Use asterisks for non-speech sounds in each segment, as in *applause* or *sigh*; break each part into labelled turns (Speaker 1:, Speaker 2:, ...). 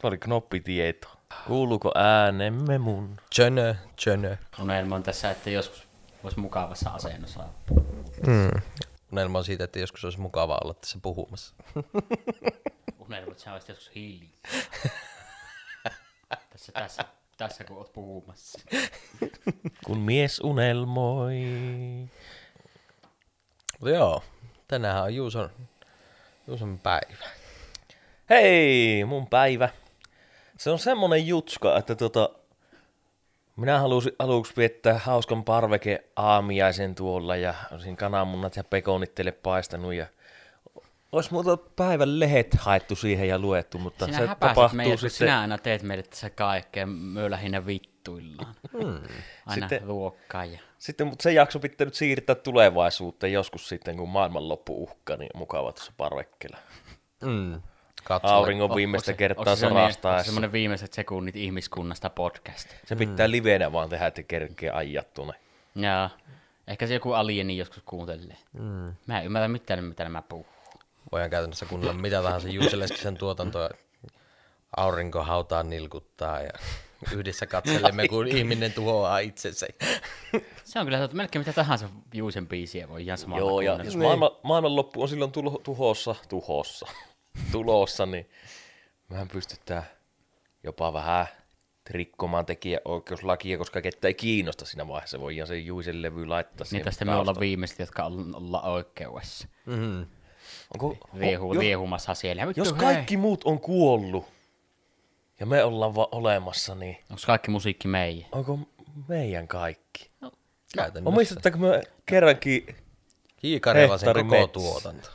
Speaker 1: Se oli knoppitieto. Kuuluuko äänemme mun?
Speaker 2: Jönö, jönö.
Speaker 3: Unelma on tässä, että joskus olisi mukavassa asennossa.
Speaker 2: Mm. Unelma on siitä, että joskus olisi mukava olla tässä puhumassa.
Speaker 3: Unelma, että sä olisit
Speaker 1: *laughs*
Speaker 3: joskus hiljaa. tässä, tässä, tässä kun oot puhumassa.
Speaker 1: Kun mies unelmoi.
Speaker 2: Mutta joo, tänään on Juuson, Juuson päivä.
Speaker 1: Hei, mun päivä. Se on semmonen jutska, että tota, minä halusin aluksi viettää hauskan parveke aamiaisen tuolla ja olisin kananmunat ja pekonit teille paistanut ja olisi muuta päivän lehet haettu siihen ja luettu, mutta
Speaker 3: Sinä
Speaker 1: se
Speaker 3: häpäiset
Speaker 1: tapahtuu
Speaker 3: meidät, kun
Speaker 1: sitten...
Speaker 3: sinä aina teet meille tässä kaikkea, me lähinnä vittuillaan. Aina
Speaker 1: Hmm. Sitten-
Speaker 3: ruokkaa ja...
Speaker 1: Sitten, mutta se jakso pitää nyt siirtää tulevaisuuteen joskus sitten, kun maailmanloppu uhkaa, niin mukava tuossa parvekkeella.
Speaker 2: Mm. Katsele.
Speaker 1: Auringon viimeistä kertaa sarastaessa. Se, niin?
Speaker 3: semmoinen viimeiset sekunnit ihmiskunnasta podcast?
Speaker 1: se pitää livenä vaan tehdä, että kerkee ajaa tuonne.
Speaker 3: Joo. Ehkä se joku alieni joskus kuuntelee.
Speaker 1: Hmm.
Speaker 3: Mm. Mä en ymmärrä mitään, mitä nämä puhuu.
Speaker 2: Voidaan käytännössä kuunnella mitä tahansa Juuseleskisen tuotantoa. Aurinko hautaa nilkuttaa ja yhdessä katselemme, kun ihminen tuhoaa itsensä.
Speaker 3: Se on kyllä totta. Melkein mitä tahansa Juusen biisiä voi ihan samalla
Speaker 1: Joo, ja
Speaker 3: kuunnella.
Speaker 1: jos maailma, maailmanloppu on silloin tulo, tuhossa, tuhossa, *laughs* tulossa, niin mehän pystytään jopa vähän rikkomaan tekijäoikeuslakia, koska kettä ei kiinnosta siinä vaiheessa. Voi ihan se Juisen levy laittaa
Speaker 3: Niin
Speaker 1: siihen
Speaker 3: tästä me ollaan
Speaker 1: taustalle.
Speaker 3: viimeiset, jotka on, ollaan oikeudessa.
Speaker 2: Mm.
Speaker 1: Onko,
Speaker 3: Riehu,
Speaker 1: Oh, jo-
Speaker 3: riehumassa siellä. Vittu,
Speaker 1: Jos
Speaker 3: hei.
Speaker 1: kaikki muut on kuollut ja me ollaan vaan olemassa, niin
Speaker 3: Onko kaikki musiikki meidän?
Speaker 1: onko meidän kaikki?
Speaker 2: Käytännössä.
Speaker 1: Omistatteko me kerrankin
Speaker 2: Hiikarevasen
Speaker 1: Hehtaari
Speaker 2: koko
Speaker 1: metsä.
Speaker 2: tuotanto.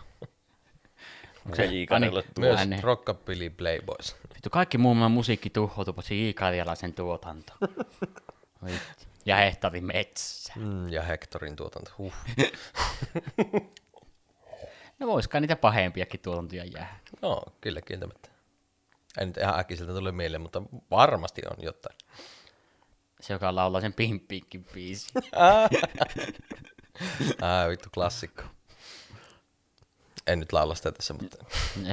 Speaker 3: Onko
Speaker 1: se Iikarille
Speaker 3: Myös
Speaker 2: Myös
Speaker 3: ääni?
Speaker 2: Rockabilly Playboys.
Speaker 3: Vittu, kaikki muun maailman musiikki tuhoutuu, paitsi Iikarjalaisen
Speaker 1: *laughs*
Speaker 3: tuotanto. Vittu. ja hehtavi metsä.
Speaker 2: Mm, ja Hectorin tuotanto. Huh.
Speaker 3: No voisikaan niitä pahempiakin tuotantoja jäädä.
Speaker 2: No, kyllä kieltämättä. Ei nyt ihan äkiseltä tule mieleen, mutta varmasti on jotain.
Speaker 3: Se, joka laulaa sen pimppiinkin
Speaker 1: *laughs*
Speaker 3: biisi.
Speaker 2: Ää, vittu klassikko. En nyt laula sitä tässä, mutta...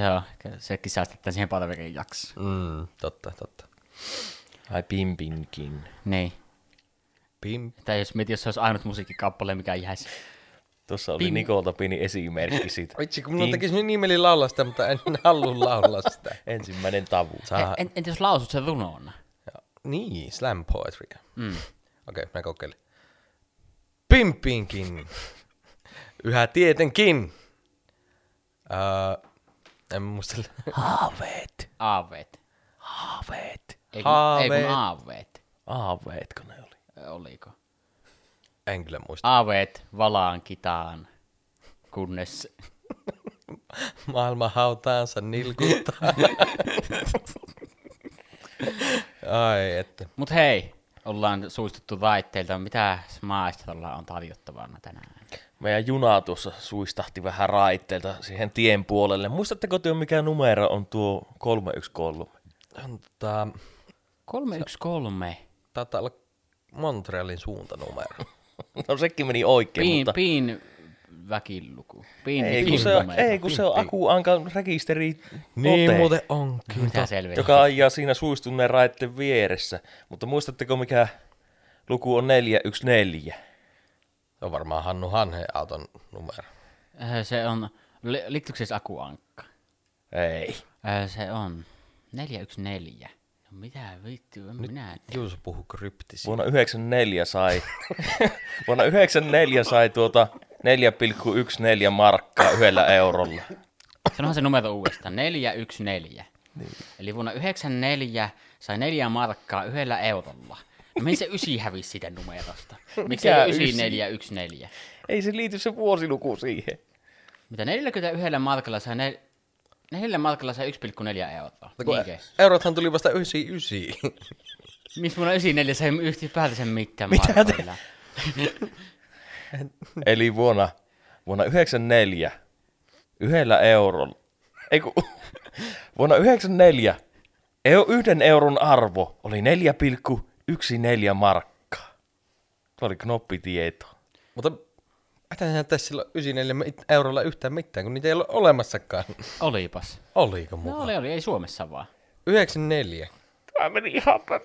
Speaker 3: Joo, sekin säästetään siihen palvelijan jaksoon.
Speaker 2: Mm, totta, totta.
Speaker 1: Ai pimpinkin.
Speaker 3: Niin.
Speaker 2: Pim.
Speaker 3: Tai jos mietit, jos se olisi ainut musiikkikappale, mikä jäisi.
Speaker 1: Tuossa oli Pim. Nikolta Pini esimerkki siitä.
Speaker 2: Vitsi, kun minun tekisi niin mieli laulaa sitä, mutta en *laughs* halua laulaa sitä.
Speaker 1: Ensimmäinen tavu.
Speaker 2: Saa...
Speaker 3: En, entä jos lausut sen runoona?
Speaker 2: Niin, slam poetry. Mm. Okei, okay, mä kokeilin. Pimpinkin. Yhä tietenkin. Uh, en muista.
Speaker 1: Haaveet.
Speaker 3: Aaveet.
Speaker 1: Haaveet.
Speaker 3: Ei kun,
Speaker 2: Haaveet.
Speaker 3: ei kun aaveet.
Speaker 1: Haaveetko ne oli?
Speaker 3: Ö, Oliko?
Speaker 2: En kyllä muista.
Speaker 3: Aaveet valaan kitaan, kunnes...
Speaker 2: Maailma hautaansa *laughs* nilkuttaa. Ai, että.
Speaker 3: Mut hei, ollaan suistuttu väitteiltä. Mitä maestrolla on tarjottavana tänään?
Speaker 1: Meidän juna tuossa suistahti vähän raitteelta siihen tien puolelle. Muistatteko te, mikä numero on tuo 313?
Speaker 2: On, tota,
Speaker 3: 313.
Speaker 2: taitaa olla Montrealin suuntanumero.
Speaker 1: *laughs* No sekin meni oikein,
Speaker 3: Piin,
Speaker 1: mutta...
Speaker 3: piin väkiluku. Piin,
Speaker 1: Ei
Speaker 3: piin
Speaker 1: kun, se on,
Speaker 3: numero.
Speaker 1: ei kun se on Aku Ankan rekisteri
Speaker 2: Niin
Speaker 1: ote,
Speaker 2: muuten onkin.
Speaker 3: Mitä selviä?
Speaker 1: tota- joka ajaa siinä suistuneen raitten vieressä. Mutta muistatteko mikä luku on 414?
Speaker 2: Se on varmaan Hannu Hanhen auton numero.
Speaker 3: Öö, Se on... li- Liittyykö se siis akuankka?
Speaker 1: Ei.
Speaker 3: Öö, Se on 414. No mitä vittu, en minä tiedä.
Speaker 2: Juuso puhuu kryptisiä.
Speaker 1: Siis Vuonna 94 sai, *laughs* vuonna 94 sai tuota 4,14 markkaa yhdellä eurolla.
Speaker 3: Sanohan se numero uudestaan. 414. Niin. Eli vuonna 94 sai neljä markkaa yhdellä eurolla. No mihin se ysi hävisi siitä numerosta? Miksi
Speaker 1: Mikä
Speaker 3: ei
Speaker 1: ysi?
Speaker 3: 9414?
Speaker 1: Ei se liity se vuosiluku siihen.
Speaker 3: Mitä 41 markalla sai nel... Neljällä markalla sai 1,4 euroa.
Speaker 1: No
Speaker 2: Kun
Speaker 3: Niinkö?
Speaker 2: Eurothan tuli vasta 99.
Speaker 3: Missä vuonna 94 sai yhtipäätänsä mitään markoilla?
Speaker 1: Eli vuonna, vuonna 94 yhdellä eurolla, ei kun, *laughs* vuonna 94 eu, yhden euron arvo oli 4,14 markkaa. Se oli knoppitieto.
Speaker 2: Mutta ethän sinä tässä silloin 94 mit- eurolla yhtään mitään, kun niitä ei ole olemassakaan.
Speaker 3: Olipas.
Speaker 2: Oliko
Speaker 3: No
Speaker 2: mukaan?
Speaker 3: oli, oli, ei Suomessa vaan.
Speaker 2: 94.
Speaker 1: Tämä meni ihan *laughs* päin.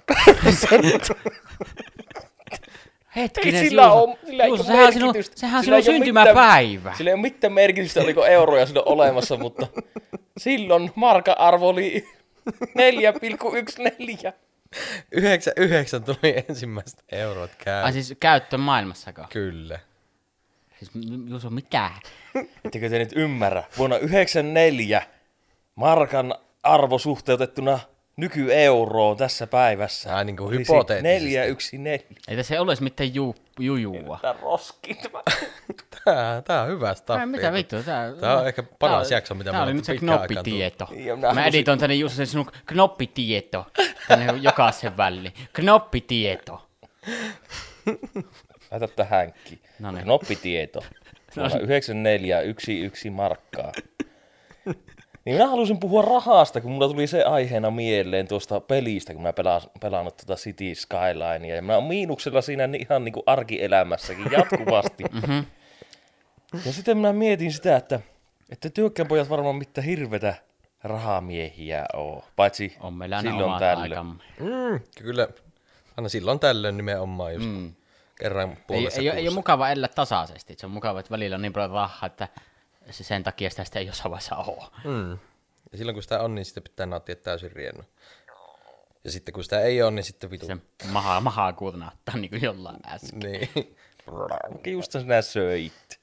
Speaker 3: Hetkinen,
Speaker 1: Ei sillä
Speaker 3: Juuso,
Speaker 1: ole- sillä ei
Speaker 3: Juuso,
Speaker 1: ole
Speaker 3: sehän, sinun,
Speaker 1: merkitystä.
Speaker 3: sehän
Speaker 1: Sillä
Speaker 3: sinun
Speaker 1: ei ole
Speaker 3: syntymäpäivä.
Speaker 1: Sillä ei ole mitään merkitystä, oliko euroja silloin olemassa, mutta silloin marka-arvo oli 4,14.
Speaker 2: 99 tuli ensimmäiset eurot käy.
Speaker 3: Ai siis käyttö maailmassako?
Speaker 2: Kyllä.
Speaker 3: Siis m- Juuso, mitä?
Speaker 1: Ettekö te nyt ymmärrä? Vuonna 94 markan arvo suhteutettuna nykyeuroon tässä päivässä.
Speaker 2: Ai niin kuin
Speaker 1: olisi
Speaker 2: hypoteettisesti.
Speaker 1: 414.
Speaker 3: Ei tässä olisi mitään ju, jujua.
Speaker 1: Tää roski tämä.
Speaker 2: Tää, tää on hyvä staffi.
Speaker 3: Ai, mitä vittua? Tää,
Speaker 2: Tää on ehkä paras
Speaker 3: tää-
Speaker 2: jakso, mitä
Speaker 3: tää
Speaker 2: me
Speaker 3: oli
Speaker 2: ollaan
Speaker 3: nyt se
Speaker 2: pitkään aikaan
Speaker 3: knoppitieto.
Speaker 1: Joo, minä
Speaker 3: Mä
Speaker 1: halusin-
Speaker 3: editoin tänne just sen sinun knoppitieto. Tänne *laughs* jokaisen väliin. Knoppitieto.
Speaker 1: Laita tähänkin.
Speaker 3: No niin.
Speaker 1: Knoppitieto. Vuonna 9411 markkaa. Niin minä halusin puhua rahasta, kun mulla tuli se aiheena mieleen tuosta pelistä, kun mä pelaan, pelannut tuota City Skylinea. Ja mä oon miinuksella siinä ni- ihan niin kuin arkielämässäkin jatkuvasti.
Speaker 3: Mm-hmm.
Speaker 1: ja sitten minä mietin sitä, että, että työkkään pojat varmaan mitään hirvetä rahamiehiä oo. Paitsi
Speaker 3: On meillä aina
Speaker 1: silloin
Speaker 3: omat
Speaker 1: tällöin.
Speaker 3: aikamme.
Speaker 2: Mm, kyllä. Aina silloin tällöin nimenomaan just mm. kerran
Speaker 3: Ei,
Speaker 2: puolessa
Speaker 3: ei, ei, ole
Speaker 2: kuussa.
Speaker 3: mukava elää tasaisesti. Se on mukava, että välillä on niin paljon rahaa, että se sen takia sitä, sitä ei jossain vaiheessa ole.
Speaker 2: Mm. Ja silloin kun sitä on, niin sitä pitää nauttia täysin riennu. Ja sitten kun sitä ei ole, niin sitten vitu.
Speaker 3: Se mahaa, mahaa kurnauttaa niin kuin jollain äsken.
Speaker 2: Niin. *laughs*
Speaker 1: Mikä just sinä söit?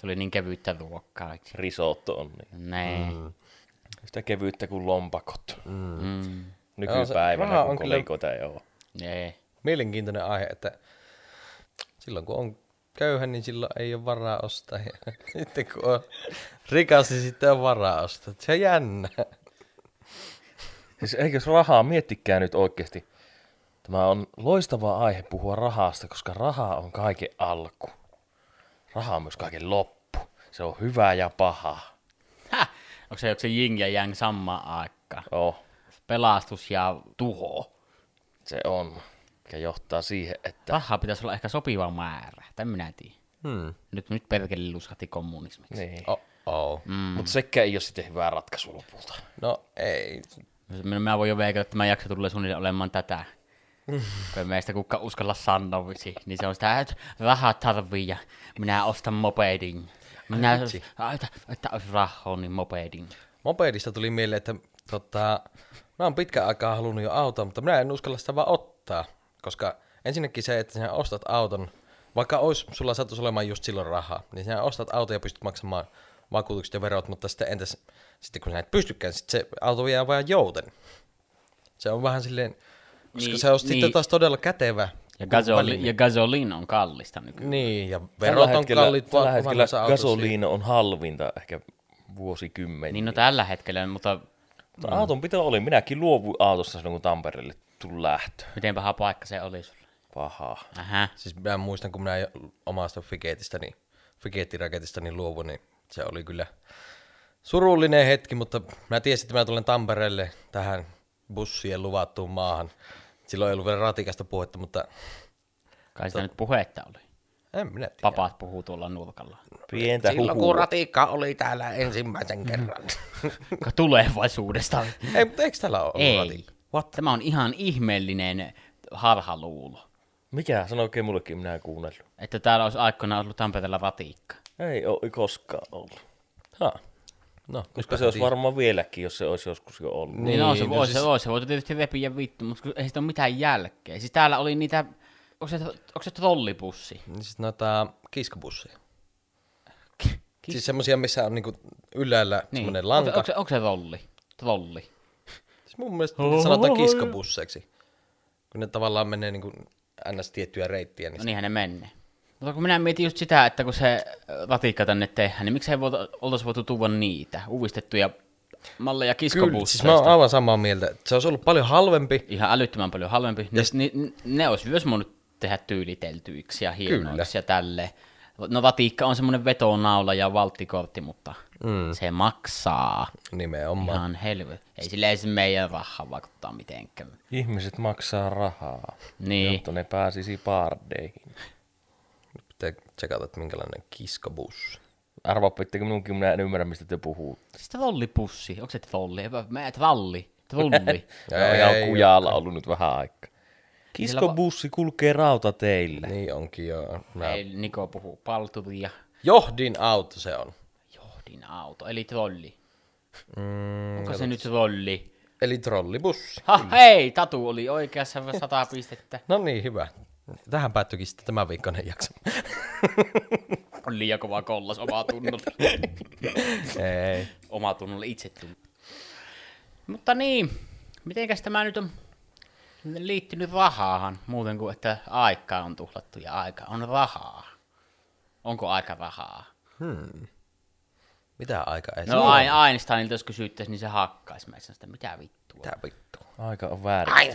Speaker 3: Tuli niin kevyyttä ruokaa. että-
Speaker 1: Risotto on niin.
Speaker 3: Nee. Mm.
Speaker 1: Sitä kevyyttä kuin lompakot.
Speaker 3: Mm.
Speaker 2: Joo, se
Speaker 1: Nykypäivänä,
Speaker 2: raha
Speaker 1: kun
Speaker 2: on kyllä-
Speaker 1: kolikoita ei ole.
Speaker 3: Nee.
Speaker 2: Mielenkiintoinen aihe, että silloin kun on köyhä, niin silloin ei ole varaa ostaa. *laughs* Ja sitten kun on rikas, niin sitten on varaa ostaa. Se on jännä.
Speaker 1: Siis eikös rahaa miettikää nyt oikeasti. Tämä on loistava aihe puhua rahasta, koska raha on kaiken alku. Raha on myös kaiken loppu. Se on hyvää ja pahaa.
Speaker 3: Häh? Onko se, onko se jing ja yang samaan aikaan?
Speaker 1: Joo,
Speaker 3: Pelastus ja tuho.
Speaker 1: se on. Mikä johtaa siihen, että
Speaker 3: Rahaa pitäisi olla ehkä sopiva määrä. Tän minä tiedän.
Speaker 2: Hmm.
Speaker 3: Nyt, nyt perkele luskahti kommunismiksi.
Speaker 1: niin.
Speaker 2: Oh, oh.
Speaker 1: Mm. Mutta sekään ei ole sitten hyvä ratkaisu lopulta.
Speaker 2: No ei.
Speaker 3: Minä, minä voin jo veikata, että tämä jakso tulee suunnilleen olemaan tätä. Kun ei meistä kukaan uskalla sanoa, visi, niin se on sitä, että rahaa tarvii ja minä ostan mopedin. Minä, että, että olisi rahaa, niin mopedin.
Speaker 2: Mopedista tuli mieleen, että tota, mä oon pitkän aikaa halunnut jo autoa, mutta minä en uskalla sitä vaan ottaa. Koska ensinnäkin se, että sinä ostat auton, vaikka ois, sulla sattuisi olemaan just silloin rahaa, niin sinä ostat auton ja pystyt maksamaan vakuutukset ja verot, mutta sitten entäs, sitten kun sinä et pystykään, sitten se auto jää vain jouten. Se on vähän silleen, koska
Speaker 3: Niin,
Speaker 2: niin, se on niin.
Speaker 3: niin.
Speaker 2: sitten taas todella kätevä. väline.
Speaker 3: Ja, gasoli, ja gasolin on kallista nykyään.
Speaker 2: Niin, ja verot on kalliit
Speaker 1: tällä
Speaker 2: vaan
Speaker 1: hetkellä
Speaker 2: vanhassa autossa.
Speaker 1: gasoliina on halvinta ehkä vuosikymmeniä. Niin,
Speaker 3: Niin no tällä hetkellä, mutta
Speaker 1: no. Auton pito oli. Minäkin luovuin autosta silloin, kun Tampereelle tuli lähtö.
Speaker 3: miten paha paikka se oli sulla.
Speaker 1: Pahaa.
Speaker 3: Ähä.
Speaker 2: Siis mä muistan, kun minä omasta fikeetistä, niin, fikeettiraketista niin luovuin, niin se oli kyllä surullinen hetki, mutta mä tiesin, että mä tulen Tampereelle tähän bussien luvattuun maahan. Silloin ei ollut vielä ratikasta puhetta, mutta
Speaker 3: Kai sitä nyt puhetta oli.
Speaker 2: en minä tiedä.
Speaker 3: Papaat puhuu tuolla nurkalla.
Speaker 1: Pientä
Speaker 2: Silloin kun
Speaker 1: huhua.
Speaker 2: ratikka oli täällä ensimmäisen kerran. *laughs*
Speaker 3: Ka- Tulevaisuudesta.
Speaker 2: ei, mutta eikö täällä ole ollut
Speaker 3: Ei.
Speaker 2: ratikka?
Speaker 3: What? Tämä on ihan ihmeellinen harhaluulo.
Speaker 1: Mikä? Sano oikein mullekin, minä en kuunnellut.
Speaker 3: Että täällä olisi aikoinaan ollut Tampereella ratiikka.
Speaker 1: Ei ole koskaan ollut.
Speaker 2: Ha. No,
Speaker 1: Koska se olisi varmaan vieläkin, jos se olisi joskus jo ollut.
Speaker 3: Niin, niin on se,
Speaker 2: no
Speaker 3: voi,
Speaker 2: siis-
Speaker 3: se, voi, se voitu tietysti repiä vittu, mutta kun ei sitä ole mitään jälkeä. Siis täällä oli niitä, onko se, onko se trollibussi?
Speaker 2: Niin siis noita kiskobusseja. Siis semmosia, missä on niinku ylhäällä niin. semmonen lanka.
Speaker 3: Onko, onko, se, onko se trolli? Trolli.
Speaker 2: Siis mun mielestä niitä sanotaan kiskobusseiksi. Kun ne tavallaan menee niin kuin ns. tiettyä reittiä. Niin
Speaker 3: No niinhän ne menee. Mutta kun minä mietin just sitä, että kun se ö, ratikka tänne tehdään, niin miksei voita, oltaisi voitu tuoda niitä uudistettuja malleja
Speaker 2: Kyllä, siis
Speaker 3: kiskobusseista.
Speaker 2: mä oon aivan samaa mieltä. että Se olisi ollut paljon halvempi.
Speaker 3: Ihan älyttömän paljon halvempi. Yes. Ni, ni, ne olisi myös voinut tehdä tyyliteltyiksi ja hienoiksi ja tälleen. No vatikka on semmoinen vetonaula ja valttikortti, mutta mm. se maksaa.
Speaker 2: Nimenomaan.
Speaker 3: Ihan helvet. Ei sillä ei se meidän rahaa vaikuttaa mitenkään.
Speaker 1: Ihmiset maksaa rahaa,
Speaker 3: Niin.
Speaker 1: jotta ne pääsisi paardeihin.
Speaker 2: Pitää tsekata, että minkälainen kiskobussi.
Speaker 1: Arvaappa, minunkin minä en ymmärrä, mistä te puhuu.
Speaker 3: Siis trollipussi. Onko se trolli? Epä- Mä et valli. *laughs* Tulli.
Speaker 1: Ei, ja on kujalla ollut nyt vähän aikaa. Kiskobussi kulkee rautateillä.
Speaker 2: Niin onkin joo. Mä...
Speaker 3: Ei, Niko puhuu palturia.
Speaker 2: Johdin auto se on.
Speaker 3: Johdin auto, eli trolli. Mm, Onko se nyt trolli?
Speaker 2: Eli trollibussi.
Speaker 3: Ha, hei, Tatu oli oikeassa 100 pistettä.
Speaker 2: No niin, hyvä. Tähän päättyikin sitten tämän viikkoinen jakso.
Speaker 3: On liian kova kollas omaa tunnolla.
Speaker 2: *laughs* Ei.
Speaker 3: omaa tunnolla itse tunnolla. Mutta niin, mitenkäs tämä nyt on liittynyt rahaahan, muuten kuin että aikaa on tuhlattu ja aika on rahaa. Onko aika rahaa?
Speaker 2: Mitä aika ei
Speaker 3: No Ain- Einsteinilta jos kysyttäisiin, niin se hakkaisi meissä sitä, mitä vittua.
Speaker 2: Mitä vittu?
Speaker 1: Aika on väärin.
Speaker 3: Aika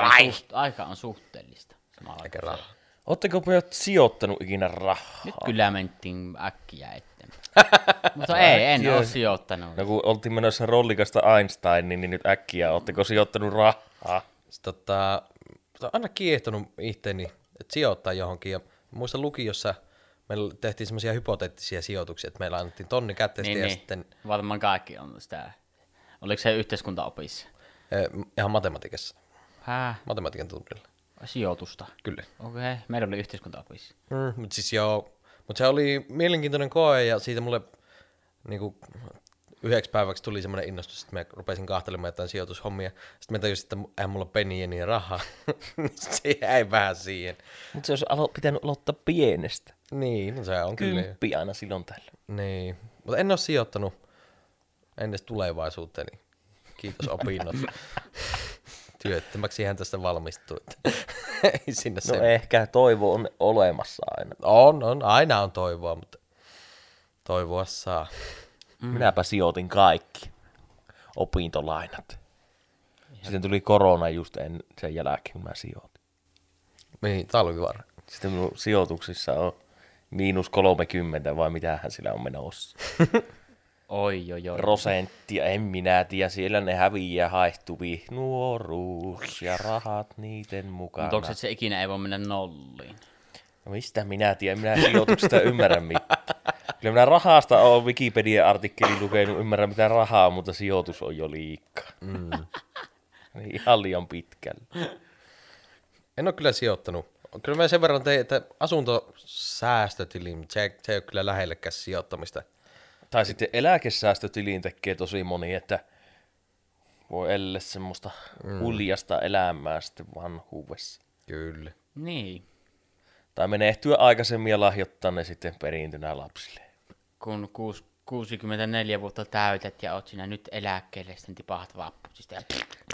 Speaker 3: on, suht, aika on suhteellista. Samalla
Speaker 2: Aika
Speaker 3: kun se-
Speaker 2: rahaa.
Speaker 1: Ootteko pojat sijoittanut ikinä rahaa?
Speaker 3: Nyt kyllä mentiin äkkiä
Speaker 2: *laughs*
Speaker 3: eteenpäin. Mutta ei, en ole sijoittanut.
Speaker 1: No kun oltiin menossa rollikasta Einsteiniin, niin nyt äkkiä ootteko sijoittanut rahaa?
Speaker 2: Sitten Tota, mutta olen aina kiehtonut itteeni, että sijoittaa johonkin. Ja muista lukiossa meillä tehtiin semmoisia hypoteettisia sijoituksia, että meillä annettiin tonni käteistä
Speaker 3: Niin,
Speaker 2: ja
Speaker 3: niin.
Speaker 2: sitten
Speaker 3: Varmaan kaikki on sitä. Oliko se yhteiskuntaopissa?
Speaker 2: eh, ihan matematiikassa,
Speaker 3: Häh?
Speaker 2: matematiikan tunnilla.
Speaker 3: Sijoitusta.
Speaker 2: Kyllä.
Speaker 3: Okei, okay. meillä oli yhteiskuntaopissa.
Speaker 2: Mm, mutta siis joo, mutta se oli mielenkiintoinen koe ja siitä mulle niinku, yhdeksi päiväksi tuli semmoinen innostus, että mä rupesin kahtelemaan jotain sijoitushommia. Sitten mä tajusin, että eihän mulla ole peniä niin rahaa. *laughs* se jäi vähän siihen.
Speaker 1: Mutta se olisi alo- pitänyt aloittaa pienestä.
Speaker 2: Niin, no se on kyllä. jo.
Speaker 1: Kymppi aina silloin tällä.
Speaker 2: Niin, mutta en ole sijoittanut ennen tulevaisuuteen, niin kiitos opinnot.
Speaker 1: *laughs*
Speaker 2: Työttömäksi hän tästä valmistui.
Speaker 1: *laughs*
Speaker 2: että Ei sinne
Speaker 1: No
Speaker 2: se.
Speaker 1: ehkä toivo on olemassa aina.
Speaker 2: On, on, aina on toivoa, mutta toivoa saa.
Speaker 1: Mm. Minäpä sijoitin kaikki opintolainat. Sitten tuli korona just en, sen jälkeen, kun mä sijoitin.
Speaker 2: Niin, talvivaara.
Speaker 1: Sitten minun sijoituksissa on miinus 30 vai mitähän sillä on menossa.
Speaker 3: Oi, oi, oi.
Speaker 1: Prosenttia, en minä tiedä. Siellä ne häviää haihtuvi nuoruus ja rahat niiden mukana.
Speaker 3: Mutta onko se, että se ikinä ei voi mennä nolliin?
Speaker 1: No mistä minä tiedän, minä sijoituksesta ymmärrän mitään. Kyllä minä rahasta olen Wikipedia-artikkelin lukenut, ymmärrän mitä rahaa, mutta sijoitus on jo liikaa. Mm. Niin ihan liian pitkällä.
Speaker 2: En ole kyllä sijoittanut. Kyllä mä sen verran tein, että asuntosäästötili, mutta se, ei- se ei ole kyllä lähellekään sijoittamista.
Speaker 1: Tai sitten eläkesäästötiliin tekee tosi moni, että voi elle semmoista mm. huljasta elämää sitten vanhuudessa.
Speaker 2: Kyllä.
Speaker 3: Niin.
Speaker 1: Tai menehtyä aikaisemmin ja lahjoittaa ne sitten perintönä lapsille.
Speaker 3: Kun kuus, 64 vuotta täytät ja oot sinä nyt eläkkeelle, sitten tipahat vappusista. Ja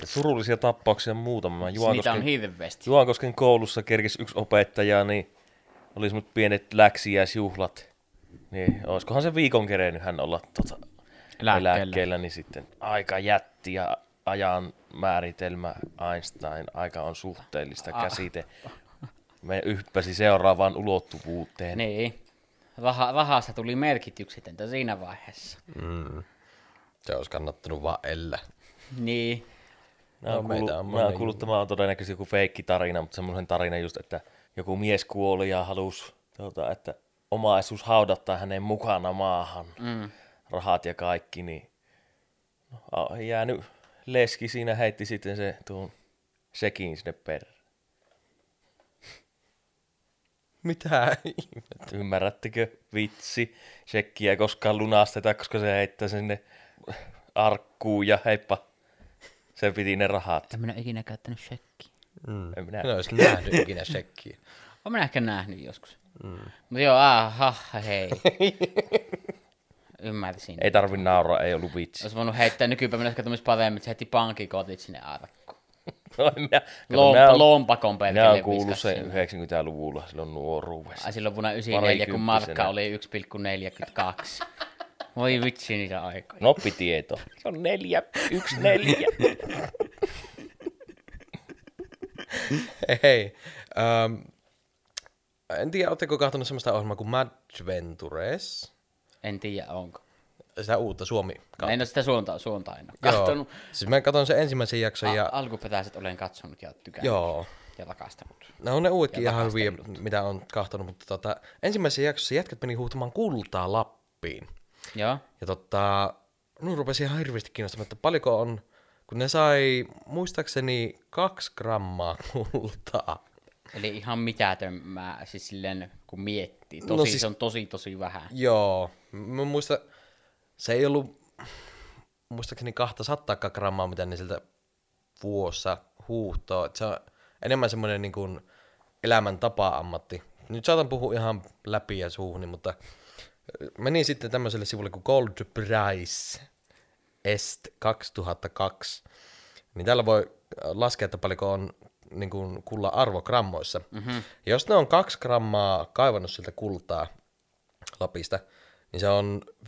Speaker 1: Ja surullisia tappauksia muutama.
Speaker 3: niitä
Speaker 1: Juankosken
Speaker 3: on hirveästi.
Speaker 1: Juankosken koulussa kerkis yksi opettaja, niin oli semmoiset pienet läksiäisjuhlat. Niin, olisikohan se viikon kerennyt hän olla tota,
Speaker 3: Eläkkeellä.
Speaker 1: eläkkeellä, niin sitten aika jätti ja ajan määritelmä Einstein, aika on suhteellista käsite. Me yhpäsi seuraavaan ulottuvuuteen.
Speaker 3: Niin. Raha, rahasta tuli merkityksetöntä siinä vaiheessa.
Speaker 2: Se olisi kannattanut vaan ellä.
Speaker 3: Niin.
Speaker 1: Nämä on,
Speaker 2: No, meitä
Speaker 1: kuullut,
Speaker 2: on
Speaker 1: nämä on
Speaker 2: moni.
Speaker 1: kuullut, tämä on todennäköisesti joku feikki tarina, mutta semmoisen tarina just, että joku mies kuoli ja halusi, tuota, että omaisuus haudattaa hänen mukana maahan, mm. rahat ja kaikki, niin no, a- ei jäänyt leski siinä, heitti sitten se tuon sekin sinne perään.
Speaker 2: Mitä ihmettä?
Speaker 1: Ymmärrättekö vitsi? Sekkiä ei koskaan lunasteta, koska se heittää sinne arkkuun ja heippa, se piti ne rahat.
Speaker 3: En minä ole ikinä käyttänyt shekkiä.
Speaker 1: En minä
Speaker 2: *laughs* En olisi nähnyt ikinä shekkiä.
Speaker 3: Olen minä ehkä nähnyt joskus. Mm. Mutta joo, aha, hei. Ymmärsin.
Speaker 1: Ei tarvi nauraa, ei ollut vitsi.
Speaker 3: Olisi voinut heittää nykypäivänä ehkä tämmöistä paremmin, että se heti pankkikotit sinne arkkuun.
Speaker 1: *laughs* No en minä, Lompa,
Speaker 3: Lompa,
Speaker 1: minä, lom,
Speaker 3: lompakon
Speaker 1: minä
Speaker 3: perkele
Speaker 1: olen kuullut
Speaker 3: viskas
Speaker 1: sen
Speaker 3: sinne.
Speaker 1: 90-luvulla silloin nuoruudessa.
Speaker 3: Ai silloin vuonna 94, kun markka
Speaker 1: Parikymppisenä.
Speaker 3: oli 1,42. Voi vitsi niitä aikoja.
Speaker 1: Noppitieto. Se on neljä,
Speaker 3: *laughs*
Speaker 1: yksi neljä.
Speaker 2: *laughs* Hei. Um, en tiedä, oletteko katsonut semmoista ohjelmaa kuin Mad Ventures?
Speaker 3: En tiedä onko.
Speaker 2: Sitä uutta suomi
Speaker 3: Mä en ole sitä suuntaan, suuntaan en ole
Speaker 2: Joo.
Speaker 3: katsonut.
Speaker 2: Siis mä katson sen ensimmäisen jakson
Speaker 3: Ja...
Speaker 2: ja...
Speaker 3: Alkuperäiset olen katsonut ja tykännyt
Speaker 2: Joo.
Speaker 3: ja rakastanut.
Speaker 2: No ne uudetkin ihan hyviä, mitä on kahtonut, mutta tota, ensimmäisessä jaksossa jätkät meni huutamaan kultaa Lappiin.
Speaker 3: Joo.
Speaker 2: Ja tota, minun rupesi ihan hirveästi kiinnostamaan, että paljonko on, kun kun ne sai muistaakseni kaksi grammaa kultaa.
Speaker 3: Eli ihan mitätön mä, siis silleen kun miettii. Tosi,
Speaker 2: No
Speaker 3: no
Speaker 2: siis-
Speaker 3: siis... se on tosi tosi vähän.
Speaker 2: Joo, mä muista, se ei ollut muistaakseni 200 grammaa, mitä ne siltä vuossa huuhtoo. Et se on enemmän semmoinen niin kuin elämäntapa-ammatti. Nyt saatan puhua ihan läpi ja suuhuni, mutta menin sitten tämmöiselle sivulle kuin Gold Price Est 2002. Niin täällä voi laskea, että paljonko on niin kuin kulla arvo grammoissa. Mm-hmm. Jos ne on kaksi grammaa kaivannut siltä kultaa Lapista, niin se on 50,9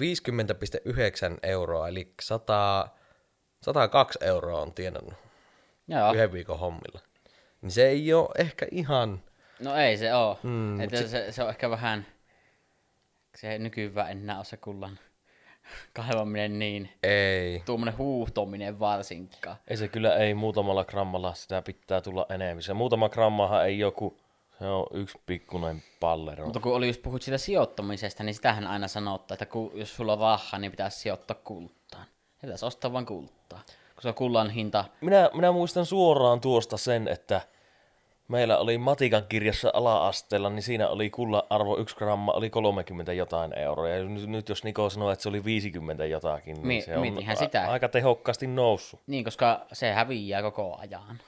Speaker 2: euroa, eli 100, 102 euroa on tienannut
Speaker 3: Joo.
Speaker 2: yhden viikon hommilla. Niin se ei ole ehkä ihan,
Speaker 3: No ei se oo. Mm, Että se, se, on ehkä vähän... Se ei nykyään enää ole se kullan *laughs* kaivaminen niin.
Speaker 2: ei,
Speaker 3: Tuommoinen huuhtominen varsinkaan.
Speaker 1: Ei se kyllä ei muutamalla grammalla, sitä pitää tulla enemmän. Se muutama grammahan ei joku, se on yksi pikkuinen pallero.
Speaker 3: Mutta kun oli just puhut siitä sijoittamisesta, niin sitähän aina sanottaa, että kun, jos sulla on rahaa, niin pitäisi sijoittaa kultaan. Ja pitäisi ostaa vain kultaa. Kun se on kullan hinta,
Speaker 1: Minä, minä muistan suoraan tuosta sen, että meillä oli matikan kirjassa ala-asteella, niin siinä oli kullan-arvo 1 gramma oli 30 jotain euroa. Ja nyt, nyt jos Niko sanoo, että se oli 50 jotakin, niin
Speaker 3: Mi-
Speaker 1: se on
Speaker 3: mietinhän sitä.
Speaker 1: aika tehokkaasti noussut.
Speaker 3: niin koska se häviää koko ajan.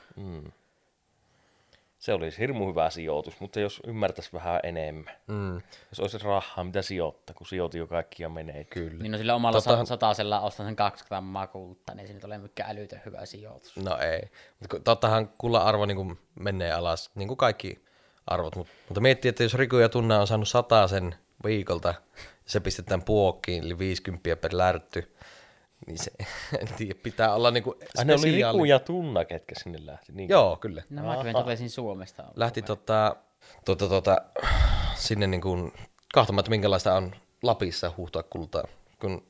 Speaker 1: Se olisi hirmu hyvä sijoitus, mutta jos ymmärtäisi vähän enemmän. Mm. Jos olisi rahaa, mitä sijoittaa, kun sijoitin jo kaikkia menee.
Speaker 2: kyllä.
Speaker 3: Niin no sillä omalla
Speaker 2: Totahan-
Speaker 3: Totahan... satasella ostan sen kaksi grammaa kultaa, niin se nyt ole mikään älytön hyvä sijoitus.
Speaker 2: No ei. Mut kun- Tottahan kulla-arvo niin menee alas, niin kuin kaikki arvot. Mut, mutta miettii, että jos Riku ja Tunna on saanut sata sen viikolta, ja se pistetään puokkiin, eli 50 per lärtty, niin se *laughs* en tiedä, pitää olla niin kuin
Speaker 1: Ai Ah, ne oli Riku ja Tunna, ketkä sinne lähti. Niin.
Speaker 2: Joo, kyllä.
Speaker 3: No mä kyllä tulisin Suomesta.
Speaker 2: lähti tota, tota, tota, sinne niin kuin kahtomaan, että minkälaista on Lapissa huuhtoa kultaa. Kun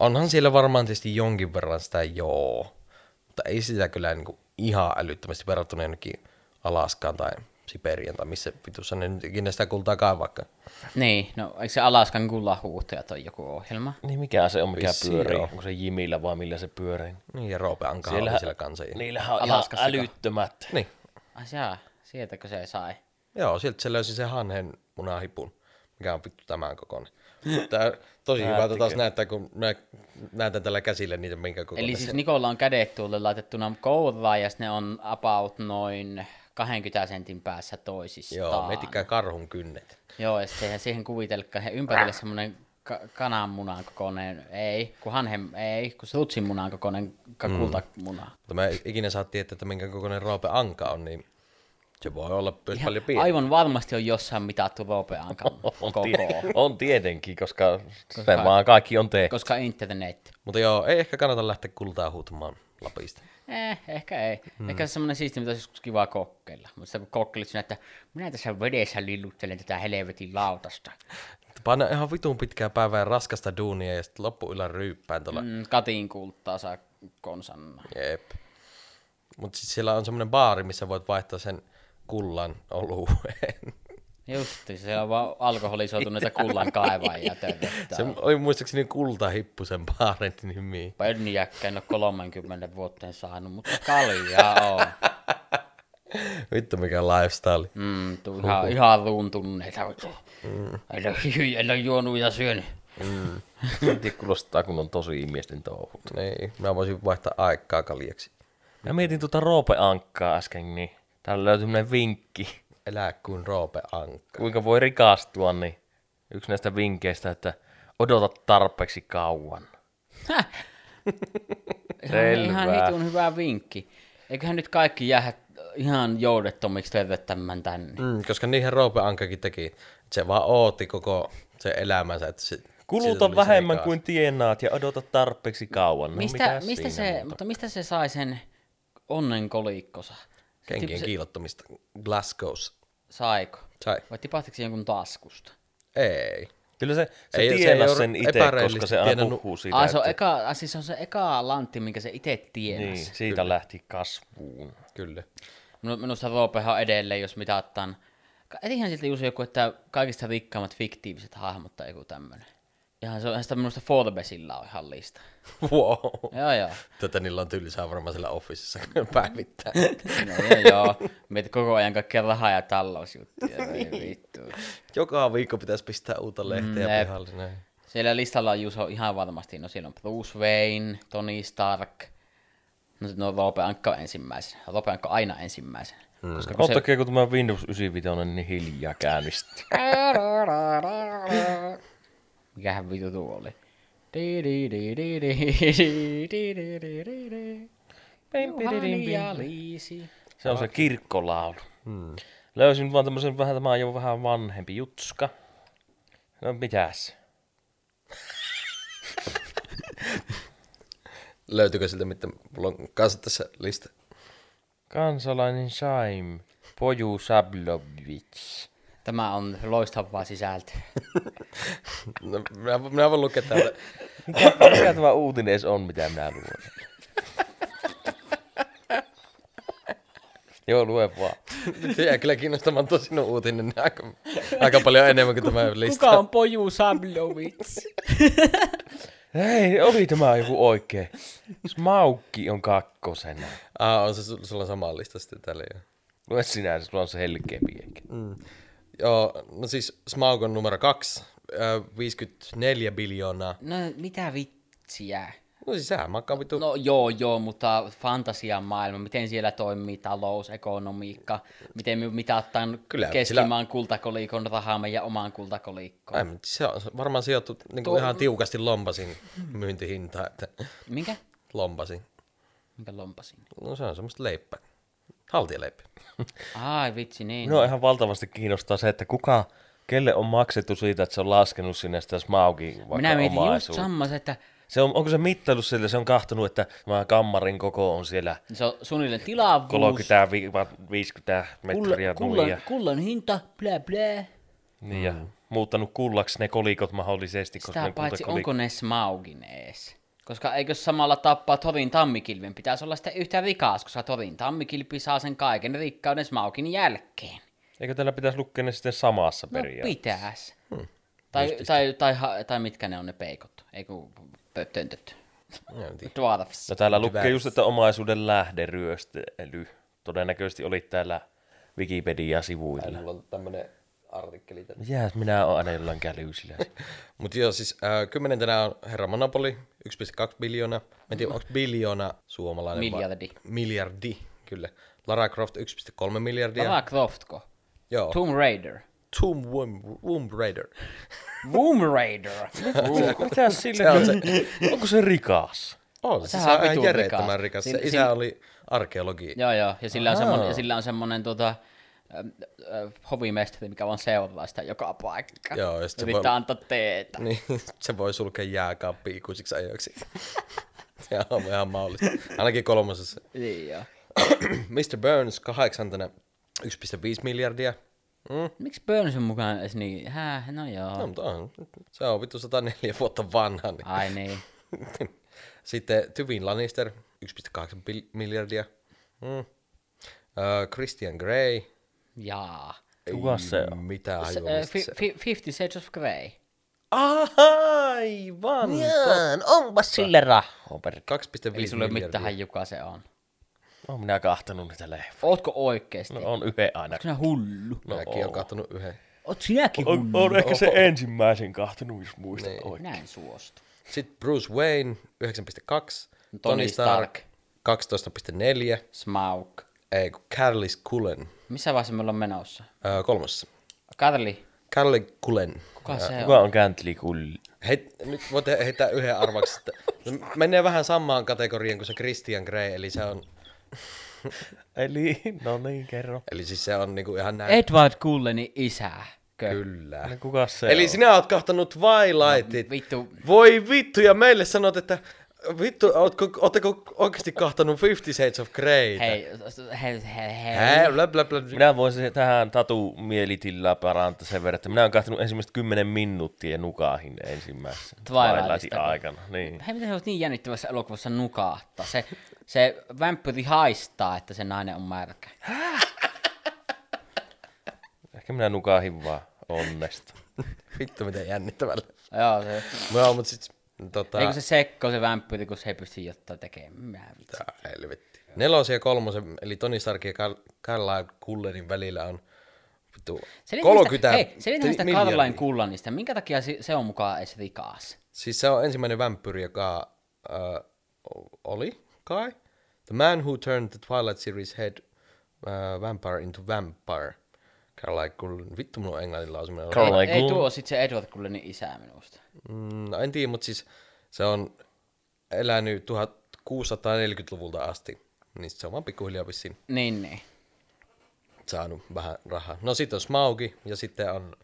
Speaker 2: onhan siellä varmaan tietysti jonkin verran sitä joo, mutta ei sitä kyllä niin kuin ihan älyttömästi verrattuna jonnekin Alaskaan tai Siperian tai missä vitussa ne nyt ikinä sitä kultaa kaivaakaan.
Speaker 3: Niin, no eikö se Alaskan kullahuuhtajat on joku ohjelma?
Speaker 1: Niin mikä se on, mikä
Speaker 2: Vissiin
Speaker 1: pyörii?
Speaker 2: joo.
Speaker 1: Onko se Jimillä vai millä se pyörii?
Speaker 2: Niin ja Roope Anka oli siellä kanssa. Niin.
Speaker 1: Niillähän on ihan
Speaker 3: Alaskassa ka.
Speaker 1: älyttömät.
Speaker 2: niin.
Speaker 3: Ai jaa, sieltäkö se sai?
Speaker 2: Joo, sieltä se löysi se hanhen munahipun, mikä on vittu tämän kokoinen. Tää tosi hyvältä taas näyttää, kun mä näytän tällä käsillä niitä, minkä kokoinen
Speaker 3: Eli siis Nikolla on kädet tuolle laitettuna kouraan ja sit ne on about noin 20 sentin päässä toisistaan.
Speaker 2: Joo, metikää karhun kynnet.
Speaker 3: Joo, ja siihen, siihen kuvitelkaan he ympärille semmoinen ka- kananmunan kokoinen, ei, kun hanhem, ei, kun sutsin munan kokoinen ka-
Speaker 2: Mm.
Speaker 3: kultamuna.
Speaker 2: Mutta mä en ikinä saa tietää, että minkä kokoinen Roope Anka on, niin se voi olla myös paljon pienempi.
Speaker 3: Aivan varmasti on jossain mitattu Roopean
Speaker 2: *laughs*
Speaker 3: koko,
Speaker 1: On tietenkin, koska, se vaan kaikki on tehty.
Speaker 3: koska internet.
Speaker 2: Mutta joo, ei ehkä kannata lähteä kultaa huutamaan Lapista.
Speaker 3: Eh, ehkä ei. Mm. Ehkä se on semmoinen siisti, mitä olisi joskus kiva kokeilla. Mutta sitten kun kokeilit sinä, että minä tässä vedessä lilluttelen tätä helvetin lautasta.
Speaker 2: Paina ihan vitun pitkää päivää ja raskasta duunia ja sitten loppuyllä ryyppään tuolla. Mm.
Speaker 3: Mm, Katin kulttaa saa konsanna.
Speaker 2: Jep. Mutta sitten siellä on semmoinen baari, missä voit vaihtaa sen kullan olueen.
Speaker 3: Justi, siellä on vaan alkoholisoituneita kullan kaivajia töitä.
Speaker 2: Se oli muistaakseni kultahippusen baarin nimi.
Speaker 3: Pönnjäkkä en ole 30 vuoteen saanut, mutta kaljaa on.
Speaker 2: Vittu mikä lifestyle.
Speaker 3: Mm, tuu ihan, ihan ruun tunneita. Mm. En, ole, en ole juonut ja syönyt.
Speaker 1: Silti *laughs* kuulostaa, kun on tosi ihmisten touhu.
Speaker 2: Niin, mä voisin vaihtaa aikaa kaljaksi.
Speaker 1: Mä mietin tuota Roope Ankkaa äsken, niin täällä löytyy tämmönen vinkki,
Speaker 2: Elää kuin Roope Anka.
Speaker 1: kuinka voi rikastua, niin yksi näistä vinkkeistä, että odota tarpeeksi kauan.
Speaker 3: Se on ihan
Speaker 1: Selvä.
Speaker 3: hitun hyvä vinkki. Eiköhän nyt kaikki jää ihan joudettomiksi tervettämään
Speaker 1: No,
Speaker 3: tänne.
Speaker 2: Mm, koska niihin Roope Ankakin teki. että Se vaan ootti koko se elämänsä. Että se, siitä
Speaker 1: Kuluta
Speaker 2: tuli se
Speaker 1: vähemmän
Speaker 2: rikas.
Speaker 1: kuin tienaat ja odota tarpeeksi kauan. No,
Speaker 3: Mistä,
Speaker 1: mitäs
Speaker 3: mistä
Speaker 1: siinä
Speaker 3: se,
Speaker 1: muuta?
Speaker 3: mutta mistä se sai sen onnen kolikkonsa?
Speaker 2: Kenkien
Speaker 3: Tip-
Speaker 2: kiillottamista Glasgow's.
Speaker 3: Saiko?
Speaker 2: Sai.
Speaker 3: Vai tipahtiko se jonkun taskusta?
Speaker 2: Ei.
Speaker 1: Kyllä se, se ei,
Speaker 2: Ei, se ei
Speaker 1: tienasi
Speaker 2: ole
Speaker 1: sen itse, koska
Speaker 2: epäreellisesti
Speaker 1: se aina
Speaker 2: tienannut.
Speaker 1: puhuu siitä,
Speaker 3: Ai, se on
Speaker 1: että-
Speaker 3: eka, ai, siis se on se eka lantti, minkä se itse tienasi.
Speaker 1: niin, siitä lähti kasvuun.
Speaker 2: Kyllä. *laughs*
Speaker 3: Minu- Minusta Roopehan on edelleen, jos mitataan. Ka- Etihän siltä just joku, että kaikista rikkaimmat fiktiiviset hahmot tai joku tämmöinen. Ihan se on ihan sitä minusta Forbesilla on ihan lista.
Speaker 2: Wow.
Speaker 3: joo, joo.
Speaker 2: Tätä niillä on tylsää varmaan siellä officessa *laughs* päivittäin.
Speaker 3: No, joo, joo. Mietit koko ajan kaikkea rahaa ja talousjuttuja. no Ei vittu.
Speaker 2: Joka viikko pitäisi pistää uutta lehteä
Speaker 3: jep.
Speaker 2: mm, pihalle. Näin.
Speaker 3: Siellä listalla on Juso ihan varmasti, no siellä on Bruce Wayne, Tony Stark, no, no Roope Ankka ensimmäisenä. Roope Ankka aina ensimmäisenä. Hmm. Koska kun se...
Speaker 1: Ottakaa, kun tämä Windows 95 niin hiljaa käynnisti.
Speaker 3: Mikähän vitu tuo oli? Di, di, di, di, di, di, di, di, di, di, di. Juhani ja Liisi.
Speaker 1: Se on se kirkkolaulu. Hmm. Löysin vaan tämmöisen vähän, tämä on jo vähän vanhempi jutska. No mitäs?
Speaker 2: Löytyykö siltä, mitä mulla on kanssa tässä lista?
Speaker 1: Kansalainen Saim, Poju Sablovic.
Speaker 3: Tämä on loistavaa sisältöä.
Speaker 2: No, minä, minä voin lukea täältä.
Speaker 1: Mikä, mikä tämä uutinen edes on, mitä minä luen? Joo, lue vaan.
Speaker 2: Nyt jää kyllä kiinnostamaan tuo sinun uutinen aika, aika paljon enemmän kuin tämä lista.
Speaker 3: Kuka on Poju Sablovits?
Speaker 1: Hei, oli tämä joku oikein. Smaukki on kakkosena.
Speaker 2: Ah, on se, sul- sulla on sama lista sitten täällä jo.
Speaker 1: Lue sinä, sulla on se helkeämpi ehkä.
Speaker 2: Joo, no siis Smaug on numero kaksi, äh, 54 biljoonaa.
Speaker 3: No mitä vitsiä?
Speaker 2: No siis sehän makaa vittu. No.
Speaker 3: No joo, joo, mutta fantasian maailma, miten siellä toimii talous, ekonomiikka, miten me mitataan
Speaker 2: Kyllä,
Speaker 3: Kyllä, keskimaan sillä... kultakolikon rahaa meidän omaan kultakolikkoon.
Speaker 2: Ai, mutta se on varmaan sijoittu niin kuin ihan tiukasti lompasin myyntihintaa, että
Speaker 3: Minkä?
Speaker 2: lompasin.
Speaker 3: Minkä lompasin?
Speaker 2: No se on semmoista leippää. Haltialeipä.
Speaker 3: Ai vitsi, niin. No.
Speaker 1: Minua ihan valtavasti kiinnostaa se, että kuka, kelle on maksettu siitä, että se on laskenut sinne sitä smaukin vaikka
Speaker 3: Minä mietin just
Speaker 1: omaisuutta.
Speaker 3: sammas, että
Speaker 1: Se on, onko se mittailu sillä, se on kahtonut, että tämä kammarin koko on siellä
Speaker 3: se on suunnilleen tilavuus,
Speaker 1: 30-50
Speaker 3: kulla,
Speaker 1: metriä nuija.
Speaker 3: kullan, kullan hinta, blä blä.
Speaker 1: Niin, ja
Speaker 2: Mm.
Speaker 1: muuttanut kullaksi ne kolikot mahdollisesti, koska
Speaker 3: Sitä
Speaker 1: ne
Speaker 3: paitsi,
Speaker 1: kultakolikot.
Speaker 3: onko ne Smaugin ees? Koska eikö samalla tappaa Torin tammikilven? Pitäisi olla sitten yhtä rikas, koska Torin tammikilpi saa sen kaiken rikkauden Smaugin jälkeen.
Speaker 1: Eikö tällä pitäisi lukea ne sitten samassa
Speaker 3: No
Speaker 1: periaatteessa?
Speaker 3: pitäis. Hmm. Tai, tai, tai, ha- tai, mitkä ne on ne peikot? Ei kun pö- töntöt.
Speaker 2: Minä en tiedä.
Speaker 3: Dwarfs.
Speaker 1: No täällä lukee just, että omaisuuden lähderyöstely. Todennäköisesti oli täällä Wikipedia-sivuilla.
Speaker 2: Mulla on tämmönen artikkeli tänne.
Speaker 1: Mitäs minä oon aina jollain
Speaker 2: *laughs*
Speaker 1: kälyysillä.
Speaker 2: Mutta joo, siis äh, kymmenentenä on Herra Monopoli, 1,2 biljoonaa. Mä en tiedä, onko biljoona suomalainen vai-
Speaker 3: Miljardi.
Speaker 2: Miljardi, kyllä. Lara Croft 1,3 miljardia.
Speaker 3: Lara Croftko?
Speaker 2: Joo.
Speaker 3: Tomb Raider.
Speaker 2: Tomb Wom- Womb Raider.
Speaker 3: Womb
Speaker 2: *laughs*
Speaker 3: Raider.
Speaker 1: Mitä sille?
Speaker 2: on
Speaker 1: on
Speaker 2: se.
Speaker 1: Onko se rikas?
Speaker 2: On, se
Speaker 3: Sehän
Speaker 2: on
Speaker 3: on
Speaker 2: ihan
Speaker 3: vitun
Speaker 2: järjettömän rikas.
Speaker 3: rikas.
Speaker 2: Se
Speaker 3: Sin-
Speaker 2: isä
Speaker 3: sin-
Speaker 2: oli arkeologi.
Speaker 3: joo, joo. Niin, Ja sillä on, semmonen, ja sillä on semmonen tota, ähm, äh, hovimestari, mikä vaan seuraa sitä joka paikka.
Speaker 2: Joo, ja sit se voi-
Speaker 3: Yrittää voi... antaa teetä.
Speaker 2: Niin, *laughs* se voi sulkea jääkaappi ikuisiksi ajoiksi. *laughs* se on ihan mahdollista. Ainakin kolmosessa. *clears throat*
Speaker 3: Niin joo.
Speaker 2: Mr. Burns kahdeksantena 1,5 miljardia. Mm.
Speaker 3: Miksi Burns on mukaan edes niin? Häh, no joo.
Speaker 2: No, mutta on. Se on vittu 104 vuotta vanha. Niin.
Speaker 3: Ai niin.
Speaker 2: *laughs* Sitten Tyvin Lannister, 1,8 bil- miljardia. Mm. Uh, Christian Grey.
Speaker 3: Jaa.
Speaker 1: Kuka se on?
Speaker 2: Mitä
Speaker 3: Se,
Speaker 2: hajua,
Speaker 3: äh,
Speaker 2: mistä se...
Speaker 3: fi- fi- Fifty Shades of Grey.
Speaker 1: Aivan. Jaan, onpas sille rahaa, perkele.
Speaker 2: 2,5
Speaker 3: Eli sulla ei ole
Speaker 2: miljardia.
Speaker 3: mitään hajukaa se on.
Speaker 1: Oon minä kahtanut niitä leffoja.
Speaker 3: Ootko oikeesti?
Speaker 1: No,
Speaker 3: No.
Speaker 1: on yhden aina.
Speaker 3: Sinä hullu.
Speaker 2: No, Mäkin on kattonut yhden.
Speaker 3: Oot sinäkin hullu.
Speaker 1: On, on ehkä se ensimmäisen kahtanut, jos muistan Mm. niin. oikein.
Speaker 3: Minä en suostu.
Speaker 2: Sitten Bruce Wayne, 9,2.
Speaker 3: Tony Stark.
Speaker 2: 12,4.
Speaker 3: Smaug.
Speaker 2: Ei, kun Carlis Cullen,
Speaker 3: Missä vaiheessa me ollaan menossa?
Speaker 2: äh, kolmosessa.
Speaker 3: Karli,
Speaker 2: Carly Cullen.
Speaker 3: kuka se on?
Speaker 1: Kuka on Gantly Kulli?
Speaker 2: Heit, nyt voitte heittää yhden arvaksi. että- *laughs* No, menee vähän samaan kategoriaan kuin se Christian Grey, eli se on,
Speaker 1: Eli, no niin, kerro.
Speaker 2: eli siis se on niinku ihan näin.
Speaker 3: Edward Cullenin isä. Kö?
Speaker 2: Kyllä.
Speaker 1: No, Kuka se
Speaker 2: Eli
Speaker 1: on?
Speaker 2: sinä oot kahtanut Twilightit.
Speaker 3: No, Vittu.
Speaker 2: Voi vittu, ja meille sanot, että vittu, ootko, ootteko oikeasti kahtanut Fifty Shades of Grey?
Speaker 3: Hei, hei, hei, hei.
Speaker 2: Hei, blä, blä, blä.
Speaker 1: Minä voisin tähän tatu mielitillään parantaa sen verran, että minä olen kahtanut ensimmäistä kymmenen minuuttia nukahin ensimmäisessä
Speaker 3: Twilightista.
Speaker 1: Twilightin aikana. Niin.
Speaker 3: Hei, miten sä voit niin jännittävässä elokuvassa nukahtaa? Se, se vampyyri haistaa, että se nainen on märkä.
Speaker 1: Ehkä minä nukahin vaan onnesta.
Speaker 2: Vittu miten jännittävälle.
Speaker 3: Joo, se.
Speaker 2: Joo, mut sit tota...
Speaker 3: Eikö se sekko se vampyyri, kun se ei pysty jotain tekemään? Mä vitsi.
Speaker 2: Tää helvetti. Nelosen ja kolmosen, eli Tony Starkin ja Carl- Carlisle Cullenin välillä on vittu
Speaker 3: Selitähän sitä,
Speaker 2: 30
Speaker 3: hei, selitähän sitä
Speaker 2: miljardia.
Speaker 3: Karlain kullanista. Minkä takia si- se on mukaan edes rikas?
Speaker 2: Siis se on ensimmäinen vampyyri, joka äh, oli kai. The man who turned the Twilight series head äh, vampire into vampire. Carlisle Cullen. Vittu mun on englannin lausuminen.
Speaker 1: Carl- Carlyle
Speaker 3: ei, ei
Speaker 1: Cullen.
Speaker 3: tuo sit se Edward Cullenin isä minusta.
Speaker 2: Mm, no en tiedä, mutta siis se on elänyt 1640-luvulta asti. Niin sit se on vaan pikkuhiljaa vissiin
Speaker 3: Niin, niin.
Speaker 2: saanut vähän rahaa. No sitten on Smaugi ja sitten on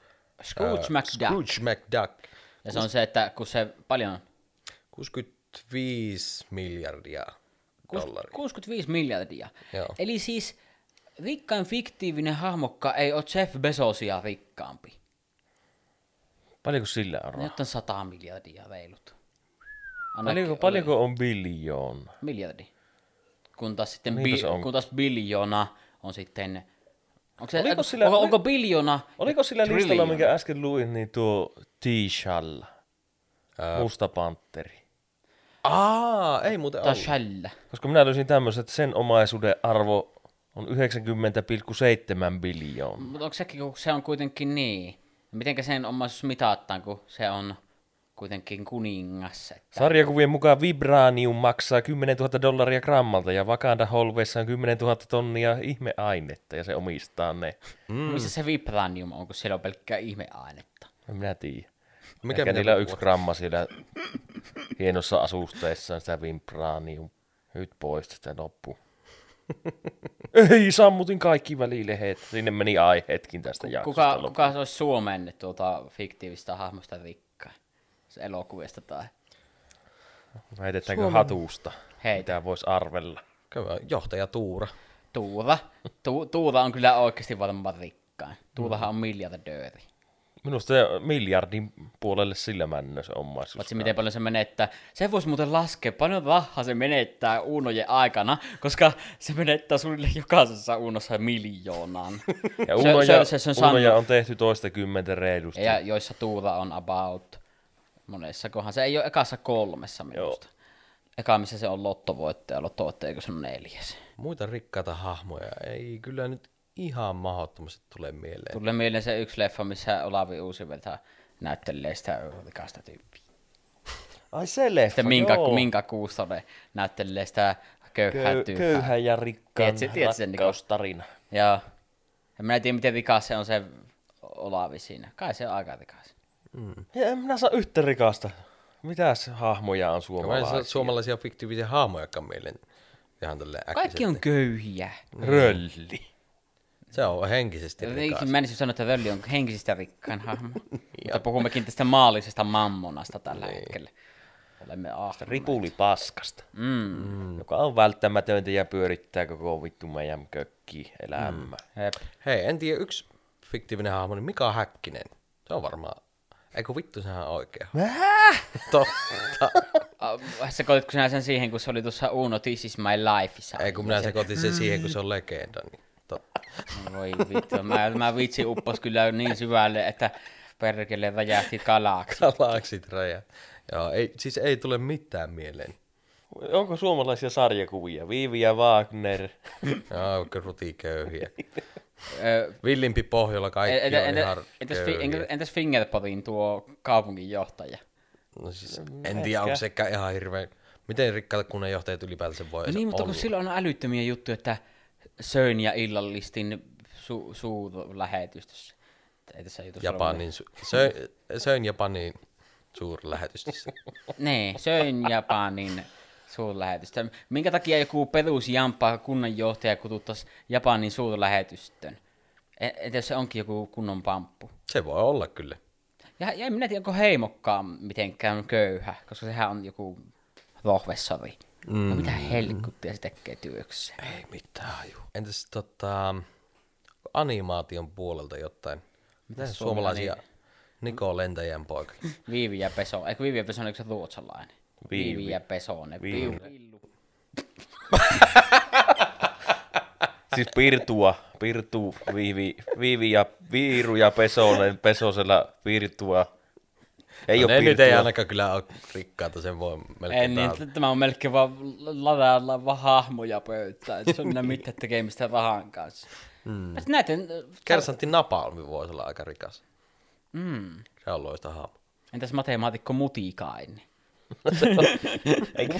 Speaker 3: Scrooge
Speaker 2: äh,
Speaker 3: McDuck.
Speaker 2: Scrooge McDuck.
Speaker 3: Ja se on se, että kun se paljon...
Speaker 2: 65 miljardia
Speaker 3: Kuus-
Speaker 2: dollaria.
Speaker 3: 65 miljardia.
Speaker 2: Joo.
Speaker 3: Eli siis rikkain fiktiivinen hahmokka ei ole Jeff Bezosia rikkaampi.
Speaker 1: Paljonko sillä on rahaa?
Speaker 3: Nyt on 100 miljardia reilut. Anna
Speaker 1: Paljonko,
Speaker 3: ki-
Speaker 1: paljonko on biljoon?
Speaker 3: Miljardi. Kun taas sitten
Speaker 1: Niinpä
Speaker 3: bi-
Speaker 1: se on.
Speaker 3: kun taas biljoona on sitten... Onko, se,
Speaker 1: Oliko
Speaker 3: onko,
Speaker 1: sillä-
Speaker 3: sillä, onko, biljona?
Speaker 1: Oliko sillä listalla,
Speaker 3: triljoona?
Speaker 1: minkä äsken luin, niin tuo T-Shall, musta pantteri?
Speaker 2: Aa, ei muuten
Speaker 3: Tai
Speaker 2: ollut.
Speaker 3: shällä.
Speaker 1: Koska minä löysin tämmöisen, että sen omaisuuden arvo on 90,7 biljoon.
Speaker 3: Mutta onko sekin, kun se on kuitenkin niin? Mitenkä sen omaisuus mitataan, kun se on kuitenkin kuningas? Että...
Speaker 1: Sarjakuvien mukaan vibranium maksaa 10 000 dollaria grammalta ja Wakanda Holveissa on 10 000 tonnia ihmeainetta ja se omistaa ne.
Speaker 3: Mm. Missä se vibranium on, kun siellä on pelkkää ihmeainetta?
Speaker 1: En minä tiedä.
Speaker 2: Mikä
Speaker 1: Mikä Ehkä
Speaker 2: minä
Speaker 1: niillä on
Speaker 2: puhun?
Speaker 1: yksi gramma siellä hienossa asusteessaan sitä vibranium. Nyt pois sitä loppu. Ei, sammutin kaikki välilehet. Sinne meni aiheetkin tästä jaksosta
Speaker 3: Kuka,
Speaker 1: loppuun.
Speaker 3: kuka se olisi Suomen tuota, fiktiivistä hahmosta rikkaa? Se elokuvista tai...
Speaker 1: Heitetäänkö hatusta?
Speaker 3: Heitä.
Speaker 1: Mitä voisi arvella?
Speaker 2: Kyllä, Johtaja Tuura.
Speaker 3: Tuura. Tu, Tuura on kyllä oikeasti varmaan rikkaan. Tuurahan on miljardööri.
Speaker 1: Minusta se miljardin puolelle sillä männö se omaisuus.
Speaker 3: Paitsi miten paljon se menettää. Se voisi muuten laskea, paljon rahaa se menettää uunojen aikana, koska se menettää suunnilleen jokaisessa uunossa miljoonan.
Speaker 1: *laughs* Ja
Speaker 3: se-
Speaker 1: Unoja,
Speaker 3: se- se on
Speaker 1: on, Unoja
Speaker 3: saanut-
Speaker 1: on tehty toista kymmentä reilusti.
Speaker 3: ja joissa Tuura on about monessa kohan. Se ei ole ekassa kolmessa minusta. Eka, missä se on lottovoittaja, lottovoittaja, eikö se on neljäs.
Speaker 2: Muita rikkaita hahmoja ei kyllä nyt ihan mahdottomasti tule mieleen.
Speaker 3: Tulee mieleen se yksi leffa, missä Olavi Uusivelta näyttelee sitä rikasta tyyppiä.
Speaker 1: Ai se leffa,
Speaker 3: Sitten Minka, Minka Kuustonen näyttelee sitä köyhää
Speaker 1: Köy,
Speaker 3: tyyppää.
Speaker 1: köyhä ja rikkaan
Speaker 3: Tiedätkö- tiedätkö sen, Niko?
Speaker 1: rakkaustarina.
Speaker 3: Joo. En mä tiedä, miten rikas se on se Olavi siinä. Kai se on aika rikas.
Speaker 1: Ja en minä saa yhtä rikasta. Mitäs hahmoja on
Speaker 2: Mä en saa
Speaker 1: suomalaisia?
Speaker 2: suomalaisia fiktiivisiä hahmojakaan mieleen. Ihan tälleen
Speaker 3: Kaikki
Speaker 2: äkkisesti.
Speaker 3: on köyhiä.
Speaker 1: Mm. Rölli.
Speaker 2: Se on henkisesti rikas.
Speaker 3: Mä en siis sano, että Völli on henkisistä rikkain hahmo. Mutta puhummekin tästä maallisesta mammonasta tällä hetkellä. Olemme ahtaneet.
Speaker 1: Ripuli paskasta, mm. joka on välttämätöntä ja pyörittää koko vittu meidän kökki elämä. Mm.
Speaker 3: Jep.
Speaker 2: Hei, en tiedä, yksi fiktiivinen hahmo, niin Mika Häkkinen. Se on varmaan... Eikö vittu, sehän on oikea. Totta.
Speaker 3: Ah, Sekoititko sinä sen siihen, kun se oli tuossa Uno This is my lifeissa?
Speaker 2: Ei kun minä sekoitin sen siihen, kun se on legenda. Niin totta. *laughs*
Speaker 3: Voi vittu, mä, mä vitsi uppos kyllä niin syvälle, että perkele väjähti kalaksi.
Speaker 2: Galaksit rajat. Joo, ei, siis ei tule mitään mieleen.
Speaker 1: Onko suomalaisia sarjakuvia? Viivi ja Wagner.
Speaker 2: Joo, oikein rutiköyhiä.
Speaker 3: Ö,
Speaker 2: Villimpi Pohjola kaikki
Speaker 3: entä-
Speaker 2: on
Speaker 3: entä-
Speaker 2: ihan
Speaker 3: entäs, fi-
Speaker 2: köyhiä.
Speaker 3: enkä- entäs Fingerpotin tuo kaupunginjohtaja?
Speaker 2: No siis, en tiedä, onko sekään ihan hirveän... Miten rikkaat kunnanjohtajat ylipäätänsä voi
Speaker 3: No
Speaker 2: edes
Speaker 3: niin, mutta
Speaker 2: olla?
Speaker 3: kun silloin on älyttömiä juttuja, että söin ja illallistin su- suurlähetystössä. Et Ei tässä jutussa ole
Speaker 2: Japanin, su- söin, söin Japanin suurlähetystössä.
Speaker 3: mitään. Nee, söin Japanin suurlähetystä. Minkä takia joku perusjamppa kunnanjohtaja kututtaisi Japanin suurlähetystön? E- Entä jos se onkin joku kunnon pamppu?
Speaker 2: Se voi olla kyllä.
Speaker 3: Ja, ja en minä tiedä, onko heimokkaan mitenkään köyhä, koska sehän on joku rohvessori. Mm. No mitä helkuttia se tekee työkseen?
Speaker 2: Ei mitään haju. Entäs tota, animaation puolelta jotain? Mitä
Speaker 3: Suomi
Speaker 2: suomalaisia? Niko Lentäjän poika.
Speaker 3: Viivi ja Peso. Eikö Viivi ja Peso on yksi ruotsalainen?
Speaker 1: Viivi.
Speaker 3: Viivi ja Pesonen.
Speaker 1: Viivi.
Speaker 3: Viivi.
Speaker 1: Siis Pirtua. Pirtu, Viivi, Viivi ja Viiru ja Pesonen, Pesosella Virtua. Ei
Speaker 2: no
Speaker 1: ole
Speaker 2: ne nyt
Speaker 1: Pirtua.
Speaker 2: ei ainakaan kyllä ole rikkaita, sen voi melkein
Speaker 3: Ei, niin,
Speaker 2: taata.
Speaker 3: t- tämä on melkein vaan ladalla vaan hahmoja pöytään. että Se on enää mitään tekemistä rahan kanssa. Mm. Näiden,
Speaker 2: Kersantti Napalmi voisi olla aika rikas.
Speaker 3: mm.
Speaker 2: Se on loista hahmo.
Speaker 3: Entäs matemaatikko Mutikainen?
Speaker 1: Eikö,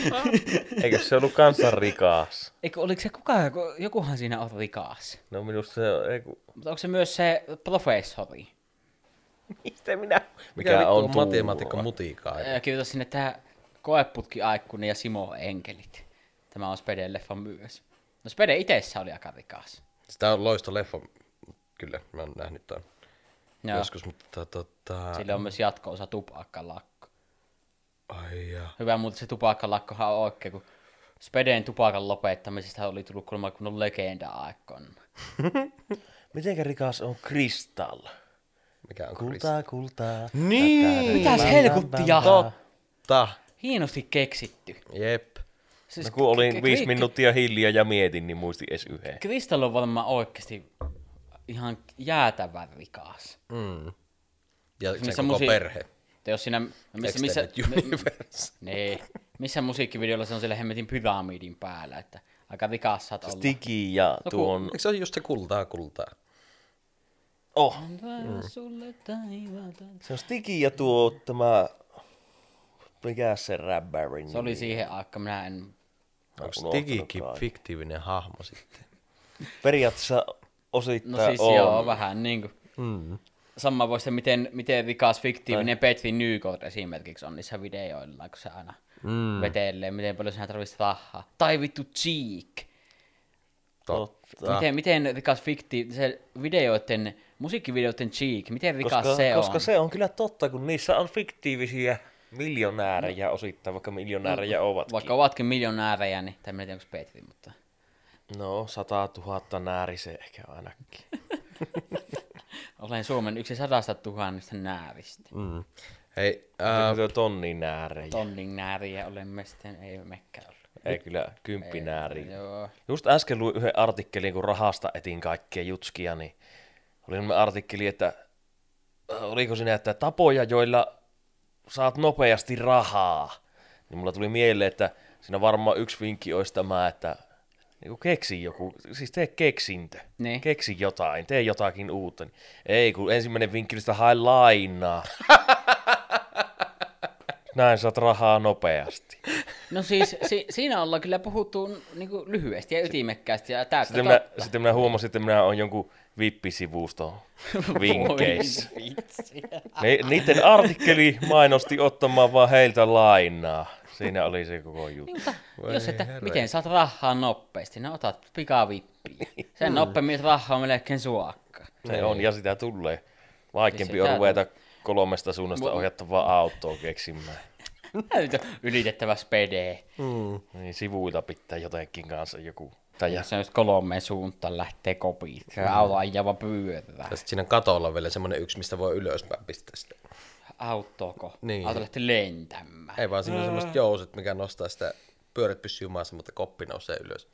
Speaker 1: eikö se ollut kansan rikas?
Speaker 3: Eikö, oliko se kukaan, joku- jokuhan siinä on rikas?
Speaker 1: No minusta se on, ei kun,
Speaker 3: Mutta onko se myös se professori?
Speaker 1: mistä minä? Mikä,
Speaker 2: Mikä
Speaker 1: on
Speaker 2: on
Speaker 1: tuulua?
Speaker 2: matemaatikko mutiikaa?
Speaker 3: Ää, Kirjoita sinne tämä koeputki Aikkunen ja Simo Enkelit. Tämä on Speden leffa myös. No Spede itessä oli aika rikas.
Speaker 2: Sitä on loisto leffa. Kyllä, mä oon nähnyt tämän
Speaker 3: Joo.
Speaker 2: joskus, mutta tota...
Speaker 3: Sillä on myös jatko-osa tupakkalakko.
Speaker 2: Ai jaa.
Speaker 3: Hyvä, mutta se tupakkalakkohan on oikein, kun Spedeen tupakan lopettamisesta oli tullut kuulemma kun on legenda aikoina.
Speaker 1: Mitenkä rikas on Kristall?
Speaker 2: Mikä on Chris?
Speaker 1: Kultaa, kultaa.
Speaker 2: Niin!
Speaker 3: Mitäs helkuttia?
Speaker 2: Totta.
Speaker 3: Hienosti keksitty.
Speaker 2: Jep.
Speaker 3: Siis
Speaker 1: No kun olin viisi
Speaker 3: kri-
Speaker 1: minuuttia hiljaa ja mietin, niin muistin edes yhden.
Speaker 3: Kristall on varmaan oikeasti ihan jäätävän rikas.
Speaker 2: Mm. Ja sen
Speaker 3: Missä
Speaker 2: koko
Speaker 3: musi-
Speaker 2: perhe.
Speaker 3: Että jos siinä, missä, missä,
Speaker 2: Extended Universe.
Speaker 3: niin, missä musiikkivideolla se on siellä hemmetin pyramidin päällä, että aika rikas saat
Speaker 1: Siis
Speaker 3: olla.
Speaker 1: Stiki ja
Speaker 3: No kun-
Speaker 1: tuon...
Speaker 2: Eikö se ole just se kultaa kultaa?
Speaker 1: Oh,
Speaker 3: Antaa sulle taivaata.
Speaker 1: se on Stiki ja tuo tämä... Mikä se räbärin?
Speaker 3: Se oli siihen aikaan, minä en...
Speaker 2: Onko
Speaker 1: unohtanut
Speaker 2: Stigikin
Speaker 1: kaiken.
Speaker 2: fiktiivinen hahmo sitten?
Speaker 1: Periaatteessa osittain
Speaker 3: No siis
Speaker 1: on.
Speaker 3: joo, vähän niinku...
Speaker 1: Mm.
Speaker 3: Sama voi se, miten, miten rikas fiktiivinen Petri Nykort esimerkiksi on niissä videoilla, kun se aina mm. vetelee, miten paljon sehän tarvitsisi rahaa. Tai vittu Cheek.
Speaker 1: Totta.
Speaker 3: Miten, miten rikas fikti, se videoiden, musiikkivideoiden Cheek, miten rikas
Speaker 1: koska,
Speaker 3: se
Speaker 1: koska
Speaker 3: on?
Speaker 1: se on kyllä totta, kun niissä on fiktiivisiä miljonäärejä osittain, vaikka miljonäärejä ovatkin.
Speaker 3: Vaikka ovatkin miljonäärejä, niin tai en tiedä, onko Petri, mutta...
Speaker 1: No, sata tuhatta nääri se ehkä ainakin.
Speaker 3: Olen Suomen yksi sadasta tuhannesta nääristä.
Speaker 2: Mm. Hei,
Speaker 1: Ää...
Speaker 2: äh,
Speaker 1: Tonni näärejä.
Speaker 3: Tonnin nääriä olemme sitten, ei mekään ollut.
Speaker 1: Ei kyllä, kymppinääri.
Speaker 3: Joo.
Speaker 1: Just äsken luin yhden artikkelin, kun rahasta etin kaikkea jutskia, niin oli semmoinen artikkeli, että äh, oliko siinä, että tapoja, joilla saat nopeasti rahaa. Niin mulla tuli mieleen, että siinä varmaan yksi vinkki olisi tämä, että niin keksi joku, siis tee keksintö.
Speaker 3: Niin.
Speaker 1: Keksi jotain, tee jotakin uutta. Niin Ei, kun ensimmäinen vinkki oli sitä hae lainaa. *laughs* Näin saat rahaa nopeasti.
Speaker 3: No siis *laughs* si- siinä ollaan kyllä puhuttu niin kuin, lyhyesti ja ytimekkäästi ja täyttä
Speaker 1: Sitten minä, sitten minä huomasin, että minä olen jonkun vippisivusto
Speaker 3: *laughs*
Speaker 1: vinkkeissä.
Speaker 3: Voi vitsi.
Speaker 1: Ne, niiden artikkeli mainosti ottamaan vaan heiltä lainaa. Siinä oli se koko juttu.
Speaker 3: Mutta
Speaker 2: Voi
Speaker 3: jos että
Speaker 2: herra.
Speaker 3: miten saat rahaa nopeasti, no otat pikavippiä.
Speaker 2: Mm.
Speaker 3: Sen nopeammin rahaa on melkein suakka.
Speaker 1: Se on, ja sitä tulee. Vaikeampi
Speaker 3: Niin se
Speaker 1: on ruveta kolmesta suunnasta ohjattavaa autoa keksimään.
Speaker 3: Näytä Ylitettävä spede.
Speaker 2: mm.
Speaker 1: Niin sivuilta pitää jotenkin kanssa joku. Tai
Speaker 3: Ja se on just kolmeen suuntaan lähtee kopiin.
Speaker 2: Mm.
Speaker 3: Se auto ajava pyörä.
Speaker 2: Ja sit siinä katolla on vielä semmonen yksi, mistä voi ylöspäin pistää sitä.
Speaker 3: Autoko?
Speaker 2: Niin.
Speaker 3: Auto lähtee lentämään.
Speaker 2: Ei vaan siinä on semmoset jouset, mikä nostaa sitä pyörät pysyy maassa, mutta koppi nousee ylös.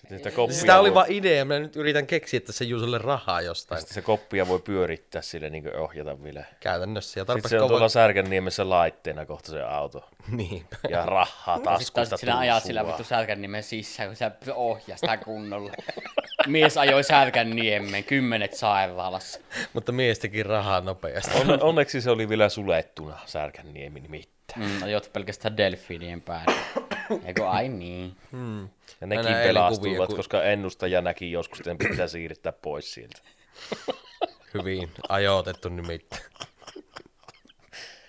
Speaker 1: sitten sitä koppia
Speaker 2: Sitä oli
Speaker 1: voi-
Speaker 2: vaan idea, mä nyt yritän keksiä tässä Juusolle rahaa jostain.
Speaker 1: sitten se koppia voi pyörittää sille niin ohjata vielä.
Speaker 2: Käytännössä ja
Speaker 1: Sitten
Speaker 2: tarpeeksi
Speaker 1: se on
Speaker 2: kova...
Speaker 1: tuolla Särkänniemessä laitteena kohta se auto.
Speaker 2: *laughs* Niin.
Speaker 1: Ja rahaa taskusta
Speaker 3: Sitten sinä ajat sillä vittu särkänniemen sisään, kun sä ohjaa sitä *laughs* kunnolla. Mies ajoi särkänniemeen, kymmenet sairaalassa.
Speaker 2: mutta mies teki rahaa nopeasti.
Speaker 1: On, onneksi se oli vielä sulettuna Särkänniemi nimittäin.
Speaker 3: Mm, ajot pelkästään delfiinien päälle. Eikö ai niin?
Speaker 1: Ja nekin
Speaker 2: näin eilen kuvia,
Speaker 1: pelastuivat,
Speaker 2: kun-
Speaker 1: koska ennustaja näki joskus, että ne pitää siirtää pois sieltä.
Speaker 2: Hyvin ajoitettu nimittäin.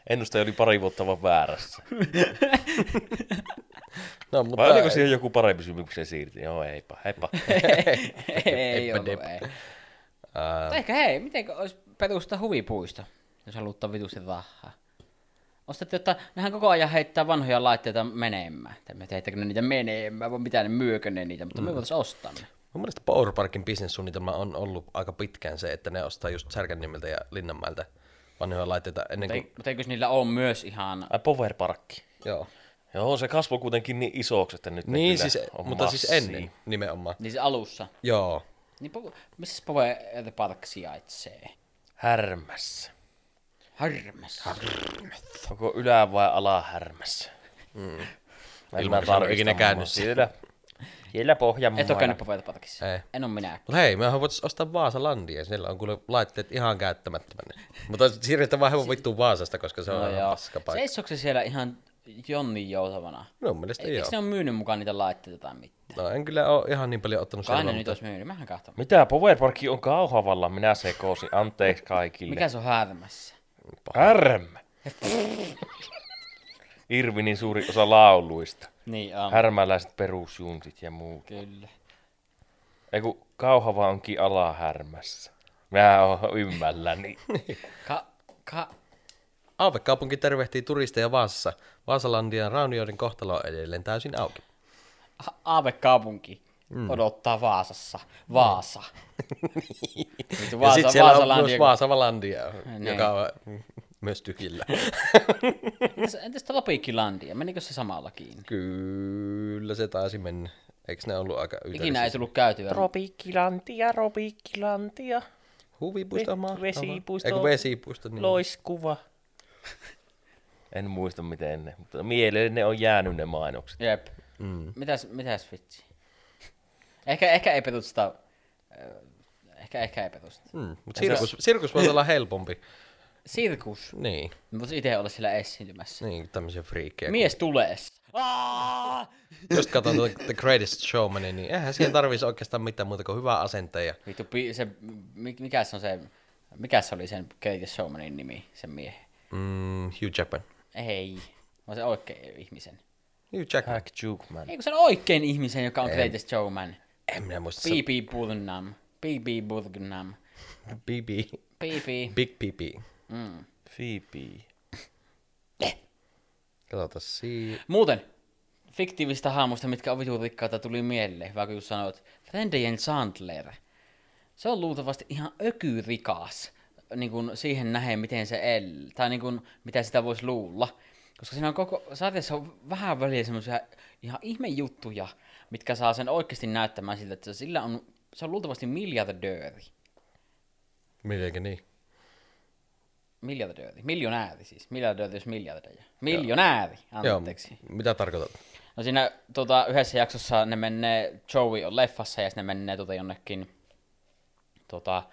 Speaker 1: Ennustaja oli pari vuotta vaan väärässä.
Speaker 2: No, mutta
Speaker 1: Vai oliko siihen joku parempi syy, miksi se siirti? Joo, eipä, eipä.
Speaker 3: *laughs* ei
Speaker 2: Eipä
Speaker 3: ollut,
Speaker 2: dep.
Speaker 3: ei.
Speaker 2: Ää,
Speaker 3: Mutta ehkä hei, miten olisi perustaa huvipuisto, jos halutaan vitusti rahaa? Ostatte, että nehän koko ajan heittää vanhoja laitteita menemään. Tai me heittääkö ne niitä menemään, vai mitä ne myökö ne niitä, mutta me voitaisiin ostaa ne.
Speaker 2: Mun mielestä Power Parkin bisnessuunnitelma on ollut aika pitkään se, että ne ostaa just Särkänniemeltä ja Linnanmäeltä vanhoja laitteita ennen
Speaker 3: Mutta
Speaker 2: kuin...
Speaker 3: ei- Mutta eikös niillä ole myös ihan...
Speaker 1: Ai, Powerparkki.
Speaker 2: Joo.
Speaker 1: Joo, se kasvoi kuitenkin niin isoksi, että nyt ne
Speaker 2: Niin
Speaker 1: kyllä
Speaker 2: siis,
Speaker 1: on
Speaker 2: mutta siis
Speaker 1: massia.
Speaker 2: ennen nimenomaan.
Speaker 3: Niin se alussa.
Speaker 2: Joo.
Speaker 3: Niin Pavo, missä Pove the Park sijaitsee?
Speaker 1: Härmässä.
Speaker 3: Harmes.
Speaker 1: Onko ylä- vai alahärmässä? Mm.
Speaker 2: Ilman, että on ikinä käynyt
Speaker 1: siellä. Siellä Pohjanmaalla.
Speaker 3: Et ole käynyt Pove the Parkissa?
Speaker 2: Ei.
Speaker 3: En ole minä.
Speaker 2: Mutta hei, mehän voitaisiin ostaa Vaasalandia. Siellä on kuule laitteet ihan käyttämättömänä. Mutta siirretään vaan hevon vittuun Vaasasta, koska se on
Speaker 3: No
Speaker 2: no
Speaker 3: joo.
Speaker 2: ihan paska paikka.
Speaker 3: Seisoiko se siellä ihan Jonni joutavana?
Speaker 2: Minun mielestä
Speaker 3: Eikö
Speaker 2: joo.
Speaker 3: ne ole myynyt mukaan niitä laitteita tai mitään?
Speaker 2: No en kyllä ole ihan niin paljon ottanut
Speaker 3: Kai
Speaker 2: selvää,
Speaker 3: ne nyt
Speaker 2: mutta
Speaker 3: olisi myynyt, mähän kahton.
Speaker 1: Mitä? Powerparkki on kauhavalla. Minä sekoisin. Anteeksi
Speaker 2: Niin.
Speaker 1: kaikille.
Speaker 3: Mikä se on härmässä?
Speaker 1: Härmä. Irvinin niin suuri osa lauluista.
Speaker 3: Niin on.
Speaker 1: Härmäläiset perusjuntit ja muut.
Speaker 3: Kyllä.
Speaker 1: Ei kun Kauhava onkin alahärmässä. Mä oon ymmälläni.
Speaker 3: Ka, ka,
Speaker 2: Aavekaupunki tervehtii turisteja Vaasassa. Vaasalandian raunioiden kohtalo on edelleen täysin auki.
Speaker 3: a- aavekaupunki mm. odottaa Vaasassa.
Speaker 2: *laughs*
Speaker 3: Vaasa. Vittu,
Speaker 2: Niin. Ja
Speaker 3: Vaasa,
Speaker 2: sitten siellä on
Speaker 3: Vaasalandia,
Speaker 2: myös
Speaker 3: kun-
Speaker 2: Vaasalandia,
Speaker 3: Niin.
Speaker 2: joka on mm, myös
Speaker 3: *laughs*
Speaker 2: tyhjillä.
Speaker 3: Entäs, entäs sitä Lopiikkilandia? Menikö se samalla kiinni?
Speaker 2: Kyllä se taisi mennä. Eikö ne ollut aika
Speaker 3: Ikinä ei
Speaker 2: yhdessä?
Speaker 3: tullut käytyä.
Speaker 1: Tropiikkilantia, tropiikkilantia,
Speaker 2: Huvipuisto on mahtava.
Speaker 1: vesipuisto.
Speaker 2: Eikö vesipuisto? Niin.
Speaker 1: loiskuva. En muista miten ne, mutta mieleen ne on jäänyt ne mainokset.
Speaker 3: Jep. Mm. Mitäs, mitäs vitsi? Ehkä, ehkä ei petut sitä... ö, Ehkä, ehkä ei petu sitä.
Speaker 2: Mm, mutta sirkus, sirkus
Speaker 3: *laughs*
Speaker 2: voi olla helpompi.
Speaker 3: Sirkus.
Speaker 2: Niin,
Speaker 3: Mutta itse olla siellä esiintymässä.
Speaker 2: niin tämmöisiä friikkejä.
Speaker 3: Mies tulee. Aaaa!
Speaker 2: Jos katsotaan tuota The Greatest Showmanin, niin eihän siihen tarvitsisi oikeastaan mitään muuta kuin hyvää asenteja.
Speaker 3: Vittu, pi- se, mi- mikä se on se, mikä se oli sen Greatest Showmanin nimi, sen miehen?
Speaker 2: Mm, Hugh Jackman.
Speaker 3: Ei, vaan se oikein ihmisen.
Speaker 2: Hugh Jackman.
Speaker 1: Hack Jukman.
Speaker 3: Eikö se on oikein ihmisen, joka on Greatest Showman?
Speaker 2: En minä muista. se-
Speaker 3: B.B. Burnham. B.B. Burnham.
Speaker 2: BB.
Speaker 3: B.B.
Speaker 2: Big BB.
Speaker 1: Phoebe.
Speaker 2: Katsotaan siinä.
Speaker 3: Muuten, fiktiivistä haamusta, mitkä on vitun rikkaita, tuli mieleen, vaikka kun sanoit, Frendejen Sandler. Se on luultavasti ihan ökyrikas, niin kuin siihen nähden, miten se el, tai niin kuin, mitä sitä voisi luulla. Koska siinä on koko, sarjassa on vähän väliä semmoisia ihan ihmejuttuja, mitkä saa sen oikeasti näyttämään siltä, että sillä on, se on luultavasti miljardööri.
Speaker 2: Mitenkä niin?
Speaker 3: Miljardööri, miljonääri siis, miljardööri jos miljardeja. Miljonääri, anteeksi.
Speaker 2: Joo, mitä tarkoitat?
Speaker 3: No siinä tota, yhdessä jaksossa ne menee, Joey on leffassa ja sitten ne menee tota, jonnekin, tota,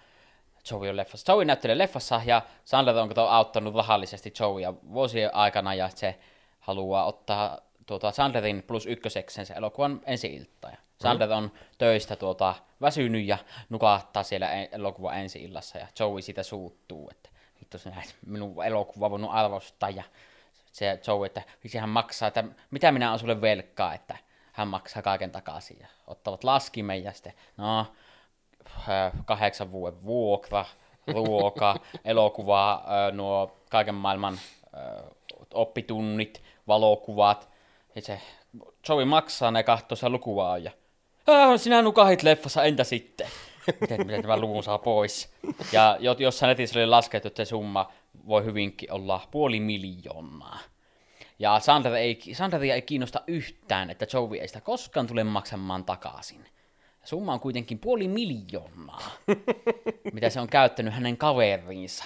Speaker 3: Joey on leffassa. Joey näyttelee leffassa ja Sandler on kato, auttanut rahallisesti Joeya vuosien aikana ja se haluaa ottaa tuota, Sandlerin plus ykköseksen se elokuvan ensi ilta. Ja Sandler on töistä tuota, väsynyt ja nukahtaa siellä en- elokuvan ensi illassa ja Joey sitä suuttuu, että vittu sinä et minun elokuva voinut arvostaa ja se Joe, että miksi hän maksaa, että mitä minä olen sulle velkaa, että hän maksaa kaiken takaisin ja ottavat laskimen ja sitten, no, äh, kahdeksan vuoden vuokra, ruoka, elokuva, äh, nuo kaiken maailman äh, oppitunnit, valokuvat. Ja se Joey maksaa ne kahtossa lukuvaa ja "Ah, sinä nukahit leffassa, entä sitten? *laughs* Miten, miten tämän luvun saa pois? Ja jo- jossain netissä oli laskettu, että se summa voi hyvinkin olla puoli miljoonaa. Ja Sandra ei, Sandaria ei kiinnosta yhtään, että Joey ei sitä koskaan tule maksamaan takaisin. Summa on kuitenkin puoli miljoonaa, mitä se on käyttänyt hänen kaveriinsa.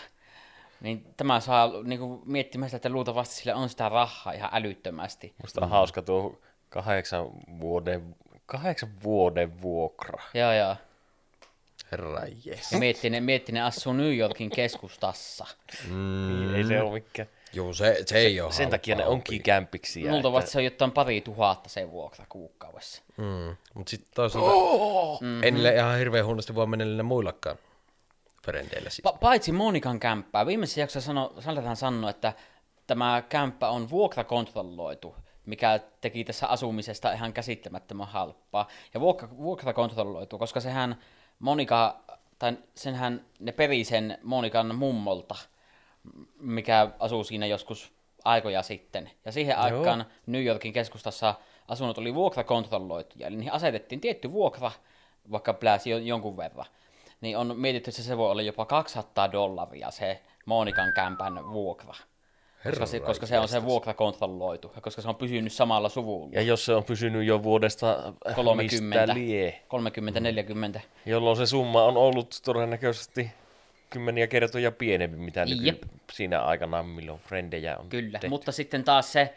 Speaker 3: Niin tämä saa niin kuin, miettimään sitä, että luultavasti sillä on sitä rahaa ihan älyttömästi.
Speaker 1: Musta on hauska tuo kahdeksan vuoden, kahdeksan vuoden vuokra.
Speaker 3: Joo, joo.
Speaker 2: Herra jes.
Speaker 3: Ja miettii, ne, miettii, ne asuu New Yorkin keskustassa.
Speaker 1: Mm. Ei se ole mikään.
Speaker 2: Joo, se, se ei ole
Speaker 1: Sen takia ne onkin kämpiksiä.
Speaker 3: Luultavasti se on jotain pari tuhatta sen vuokra kuukaudessa.
Speaker 2: Mm. Mutta sitten toisaalta
Speaker 1: Mhm.
Speaker 2: mm-hmm. en niille ihan hirveän huonosti voi mennä niille muillakaan frendeillä siis.
Speaker 3: Pa- paitsi Monikan kämppää. Viimeisessä jaksossa sano, Sandahan sanoi, että tämä kämppä on vuokrakontrolloitu, mikä teki tässä asumisesta ihan käsittämättömän halppaa. Ja vuokra, vuokrakontrolloitu, koska sehän Monika, tai senhän ne peri sen Monikan mummolta, m- mikä asuu siinä joskus aikoja sitten. Ja siihen Joo. aikaan New Yorkin keskustassa asunnot oli vuokrakontrolloituja, eli niihin asetettiin tietty vuokra, vaikka pläsi jo- jonkun verran niin on mietitty, että se voi olla jopa 200 dollaria se Monikan kämpän vuokra. Koska se, koska se on se vuokra kontrolloitu ja koska se on pysynyt samalla suvulla.
Speaker 1: Ja jos se on pysynyt jo vuodesta äh,
Speaker 3: 30,
Speaker 1: mistä lie,
Speaker 3: 30 40.
Speaker 1: jolloin se summa on ollut todennäköisesti kymmeniä kertoja pienempi, mitä nyky-
Speaker 3: Jep.
Speaker 1: siinä aikana, milloin frendejä on
Speaker 3: Kyllä,
Speaker 1: tehty.
Speaker 3: mutta sitten taas se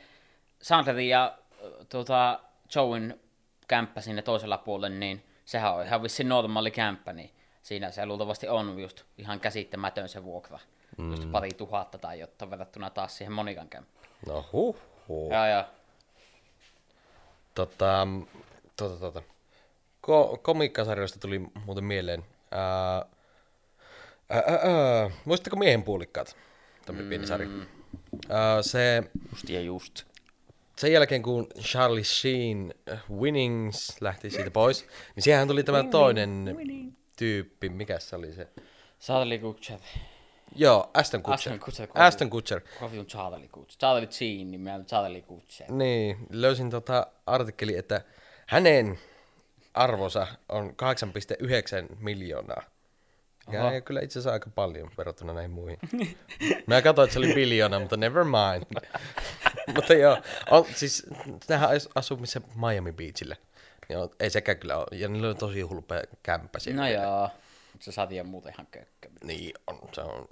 Speaker 3: Sandrin ja äh, tuota, Joeyn kämppä sinne toisella puolelle, niin sehän on ihan vissi normaali kämppä, niin siinä se luultavasti on just ihan käsittämätön se vuokra. Mm. Just pari tuhatta tai jotta verrattuna taas siihen Monikan kämppään.
Speaker 2: No huh, huh.
Speaker 1: Oh.
Speaker 3: Joo, joo.
Speaker 2: Tota, tota, tota. Ko- komiikkasarjoista tuli muuten mieleen. Ää, ää, ää, ää. Muistatteko Miehen puolikkaat? Tämmöinen pieni sarja.
Speaker 1: Mm.
Speaker 2: Ää, se,
Speaker 1: Just ja just.
Speaker 2: sen jälkeen kun Charlie Sheen äh, Winnings lähti siitä pois, niin siihen tuli tämä toinen tyyppi. Mikä se oli se?
Speaker 3: Charlie Kutcher.
Speaker 2: Joo, Aston Kutcher.
Speaker 3: Ashton Kutcher.
Speaker 2: Aston Kutcher.
Speaker 3: Kovin Charlie Kutcher. Charlie Sheen, niin mä Charlie Kutcher.
Speaker 2: Niin, löysin tota artikkeli, että hänen arvonsa on 8,9 miljoonaa. Ja ei kyllä itse asiassa aika paljon verrattuna näihin muihin. *laughs* Mä katsoin, että se oli biljoona, mutta never mind. *laughs* mutta joo, on, siis tämähän as- asuu missä Miami Beachillä. Niin on, ei sekään kyllä ole. Ja niillä on tosi hulpea kämppä siellä.
Speaker 3: No joo. Se saatiin on muuten ihan kökkö.
Speaker 2: Niin on, se on.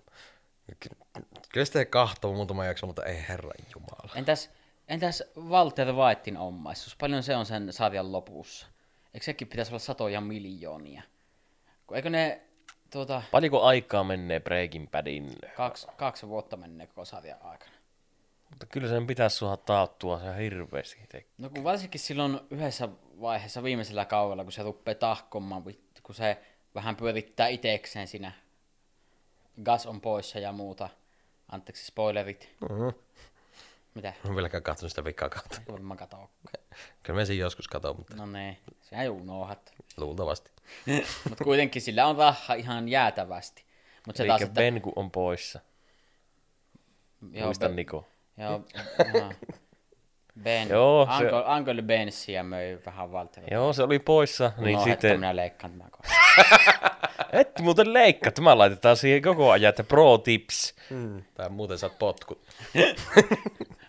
Speaker 2: Ky- Kyllä sitä kahtoo muutama jakso, mutta ei herra jumala.
Speaker 3: Entäs, entäs Walter Whitein omaisuus? Paljon se on sen sarjan lopussa? Eikö sekin pitäisi olla satoja miljoonia? Kun Eikö ne tuota,
Speaker 1: Paljonko aikaa menee Breaking Badin?
Speaker 3: kaksi, kaksi vuotta menee koko sarjan aikana?
Speaker 1: Mutta kyllä sen pitäisi saada taattua se hirveästi. itse.
Speaker 3: No kun varsinkin silloin yhdessä vaiheessa viimeisellä kaudella, kun se ruppee tahkomaan, vittu, kun se vähän pyörittää itekseen siinä. Gas on poissa ja muuta. Anteeksi spoilerit.
Speaker 2: Mm-hmm.
Speaker 3: Mitä?
Speaker 2: Mä en vieläkään katsonut sitä vikaa kautta. *laughs*
Speaker 3: Varmaan katoo.
Speaker 2: Kyllä mä sen joskus katon, mutta
Speaker 3: No niin, sehän ei unohat.
Speaker 2: luultavasti.
Speaker 3: Mutta kuitenkin sillä on rahaa ihan jäätävästi. Mutta se
Speaker 1: Eli
Speaker 3: taas, että...
Speaker 1: Ben kun on poissa.
Speaker 3: Joo,
Speaker 1: Muista
Speaker 3: Ben-
Speaker 1: Niko.
Speaker 3: Joo, joo. Ben.
Speaker 1: Joo,
Speaker 3: Joo,
Speaker 1: se-
Speaker 3: Uncle, Uncle Bensia möi vähän valtavasti.
Speaker 1: Joo, se oli poissa.
Speaker 3: Niin
Speaker 1: Niin
Speaker 3: no, sitten...
Speaker 1: sitten,
Speaker 3: minä leikkaan tämän kohdan.
Speaker 1: et muuten leikkaa. Tämä laitetaan siihen koko ajan, että pro tips.
Speaker 2: Mm. Tai muuten saat potkut.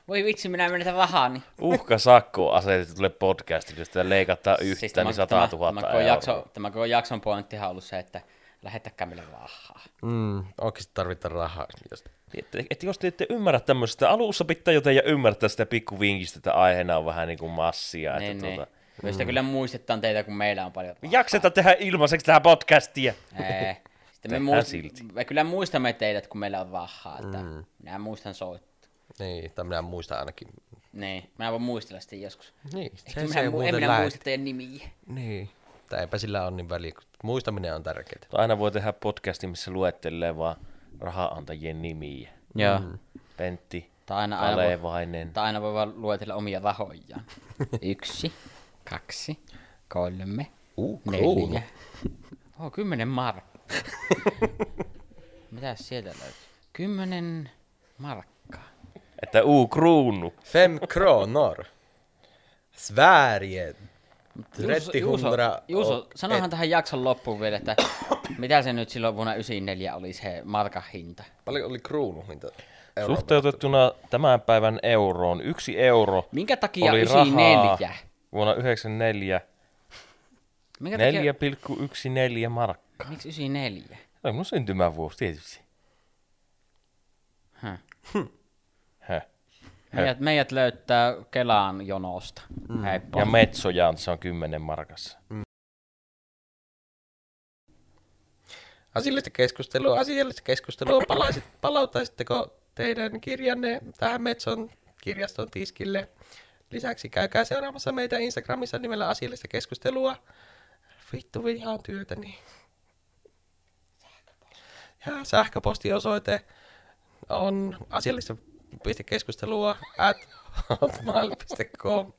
Speaker 3: Voi vitsi, minä menetän rahani.
Speaker 1: Uhkasakko on asetettu tuolle podcastille, jos tätä leikataan yhtään, niin 100 000
Speaker 3: Siis tämä, koko
Speaker 1: euroa.
Speaker 3: jakso, tämä koko jakson pointtihan on ollut se, että lähettäkää meille rahaa.
Speaker 2: Mm. Oikeasti tarvitaan rahaa. Jos...
Speaker 1: Et, et jos te ette ymmärrä tämmöistä, alussa pitää jotain ja ymmärtää sitä pikkuvinkistä, että aiheena on vähän niin kuin massia.
Speaker 3: Niin,
Speaker 1: että
Speaker 3: niin.
Speaker 1: tuota,
Speaker 3: Meistä kyllä muistetaan teitä, kun meillä on paljon rahaa.
Speaker 1: jakseta tehdä ilmaiseksi tähän podcastia.
Speaker 3: Ei. Sitten me,
Speaker 1: Tehdään silti.
Speaker 3: muist- me kyllä muistamme teidät, kun meillä on rahaa. Että mm. Minä muistan soittaa.
Speaker 2: Niin, tai minä muistan ainakin.
Speaker 3: Niin, minä voin muistella sitten joskus.
Speaker 2: Niin,
Speaker 3: Ehkä minä,
Speaker 2: ei
Speaker 3: mu- en minä
Speaker 2: lähde.
Speaker 3: muista teidän nimiä.
Speaker 2: Niin. Tai eipä sillä ole niin väliä, kun muistaminen on tärkeää.
Speaker 1: Aina voi tehdä podcasti, missä luettelee vaan rahaantajien nimiä.
Speaker 3: Joo.
Speaker 1: Pentti,
Speaker 3: Tai Mm. aina, aina, voi,
Speaker 1: Kalevainen.
Speaker 3: tai aina voi vaan luetella omia rahojaan. Yksi, kaksi, kolme,
Speaker 2: Uh,
Speaker 3: neljä. Oh, kymmenen markkaa. *laughs* Mitäs sieltä löytyy? Kymmenen markkaa.
Speaker 1: Että uu kruunu.
Speaker 2: Fem kronor. Sverige.
Speaker 3: Juuso,
Speaker 2: 300
Speaker 3: Juuso,
Speaker 2: och
Speaker 3: sanohan
Speaker 2: ett.
Speaker 3: tähän jakson loppuun vielä, että mitä se nyt silloin vuonna 94 oli se markan hinta.
Speaker 2: Paljon oli kruunu hinta? Euro.
Speaker 1: Suhteutettuna tämän päivän euroon, yksi euro
Speaker 3: Minkä takia
Speaker 1: oli rahaa
Speaker 3: 94?
Speaker 1: vuonna 94
Speaker 3: Minkä takia,
Speaker 1: 4,14 markkaa.
Speaker 3: miksi 94?
Speaker 1: Se oli mun syntymävuosi tietysti.
Speaker 3: Häh.
Speaker 1: Häh.
Speaker 3: Meidät, meidät löytää Kelaan jonosta. Mm. Heippa.
Speaker 1: Ja metsoja on, se on 10 markassa.
Speaker 2: Asiallista keskustelua, asiallista keskustelua. Palaisit, palautaisitteko teidän kirjanne tähän Metson kirjaston tiskille? Lisäksi käykää seuraamassa meitä Instagramissa nimellä asiallista keskustelua. Vittu vihaan työtäni. Ja sähköpostiosoite on asiallista.keskustelua at hotmail.com.